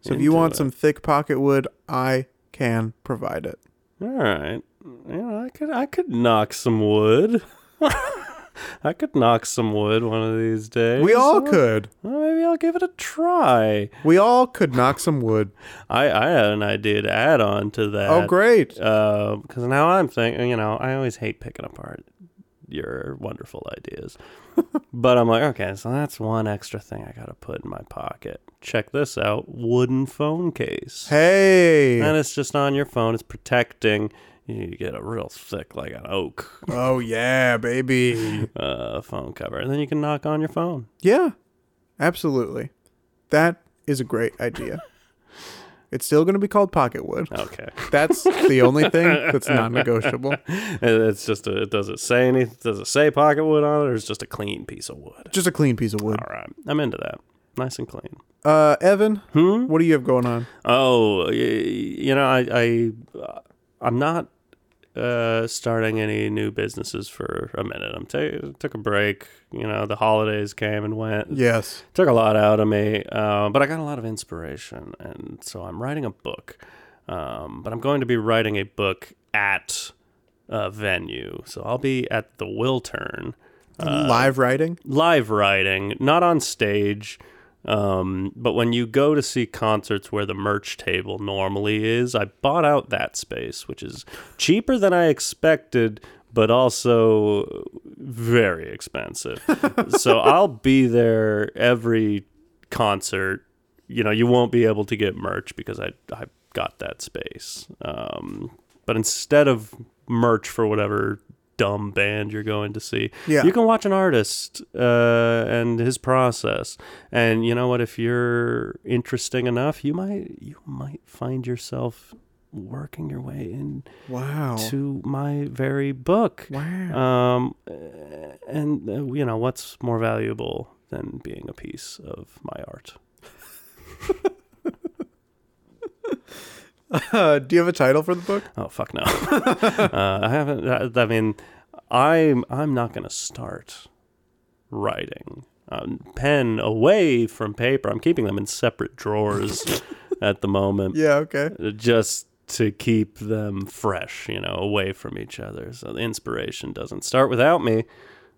S1: So if you want
S2: Into
S1: some thick pocket wood, I can provide it.
S2: it. All right. Yeah, I could I could knock some wood. <laughs> I could knock some wood one of these days.
S1: We all
S2: Or-
S1: could.
S2: Well, maybe I'll give it a try.
S1: We all could knock some
S2: <laughs>
S1: wood.
S2: I I had an idea to add on to that.
S1: Oh, great!
S2: because now I'm thinking, you know, I always hate picking apart your wonderful
S1: <laughs>
S2: ideas. but I'm like, okay, so that's one extra thing I got to put in my pocket. Check this out wooden phone case.
S1: Hey.
S2: <laughs> And it's just on your phone, it's protecting. You get a real thick, like an oak
S1: Oh yeah,
S2: <laughs>
S1: baby.
S2: uh, phone cover. And then you can knock on your phone.
S1: Yeah, absolutely. That is a great idea. It's still going to be called pocket wood.
S2: Okay.
S1: That's the only thing that's non-negotiable.
S2: <laughs> And it's just, a, does it say anything? Does it say pocket wood on it, or is it just a clean piece of wood?
S1: Just a clean piece of wood.
S2: All right. I'm into that. Nice and clean.
S1: Uh, Evan,
S2: Hmm?
S1: what do you have going on?
S2: Oh, y- you know, I, I I'm not uh, starting any new businesses for a minute. I'm ta- took a break. You know, the holidays came and went.
S1: Yes.
S2: Took a lot out of me, uh, but I got a lot of inspiration, and so I'm writing a book. Um, but I'm going to be writing a book at a venue, so I'll be at the Wiltern
S1: Uh, Live writing?
S2: live writing, not on stage. Um, but when you go to see concerts where the merch table normally is, I bought out that space, which is cheaper than I expected, but also very expensive. so I'll be there every concert. You know, you won't be able to get merch because I I got that space. Um, but instead of merch for whatever dumb band you're going to see.
S1: Yeah.
S2: You can watch an artist uh, and his process. And you know what? If you're interesting enough, you might you might find yourself working your way into
S1: Wow.
S2: my very book.
S1: Wow.
S2: Um, and uh, you know what's more valuable than being a piece of my art?
S1: <laughs> Uh, do you have a title for the book?
S2: Oh fuck no! <laughs> uh, I haven't. I, I mean, I'm I'm not gonna start writing um, pen away from paper. I'm keeping them in separate drawers at the moment,
S1: Yeah, okay.
S2: uh, just to keep them fresh, you know, away from each other. So the inspiration doesn't start without me.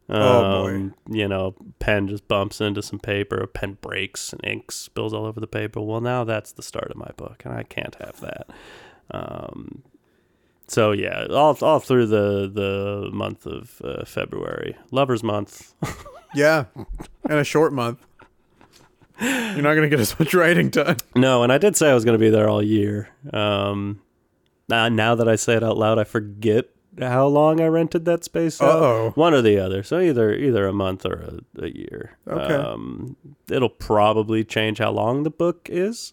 S1: Oh, boy.
S2: Um, You know, pen just bumps into some paper. Pen breaks and ink spills all over the paper. Well, now that's the start of my book, and I can't have that. Um, so yeah, all all through the the month of uh, February, Lovers Month.
S1: Yeah. And a short month. You're not going to get as much <laughs> writing done.
S2: no, and I did say I was going to be there all year. Um, now, now that I say it out loud, I forget how long I rented that space. out.
S1: Uh-oh.
S2: one or the other. So either either a month or a, a year.
S1: Okay.
S2: Um, it'll probably change how long the book is,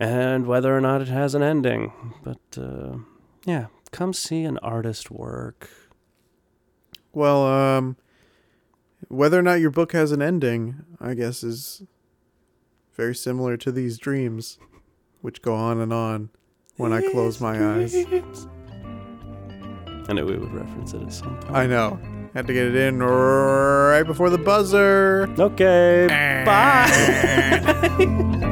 S2: and whether or not it has an ending. But uh, yeah, come see an artist work.
S1: Well, um, whether or not your book has an ending, I guess, is very similar to these dreams, which go on and on when I close my eyes.
S2: I knew we would reference it at some point.
S1: I know. Had to get it in right before the buzzer.
S2: Okay. Bye.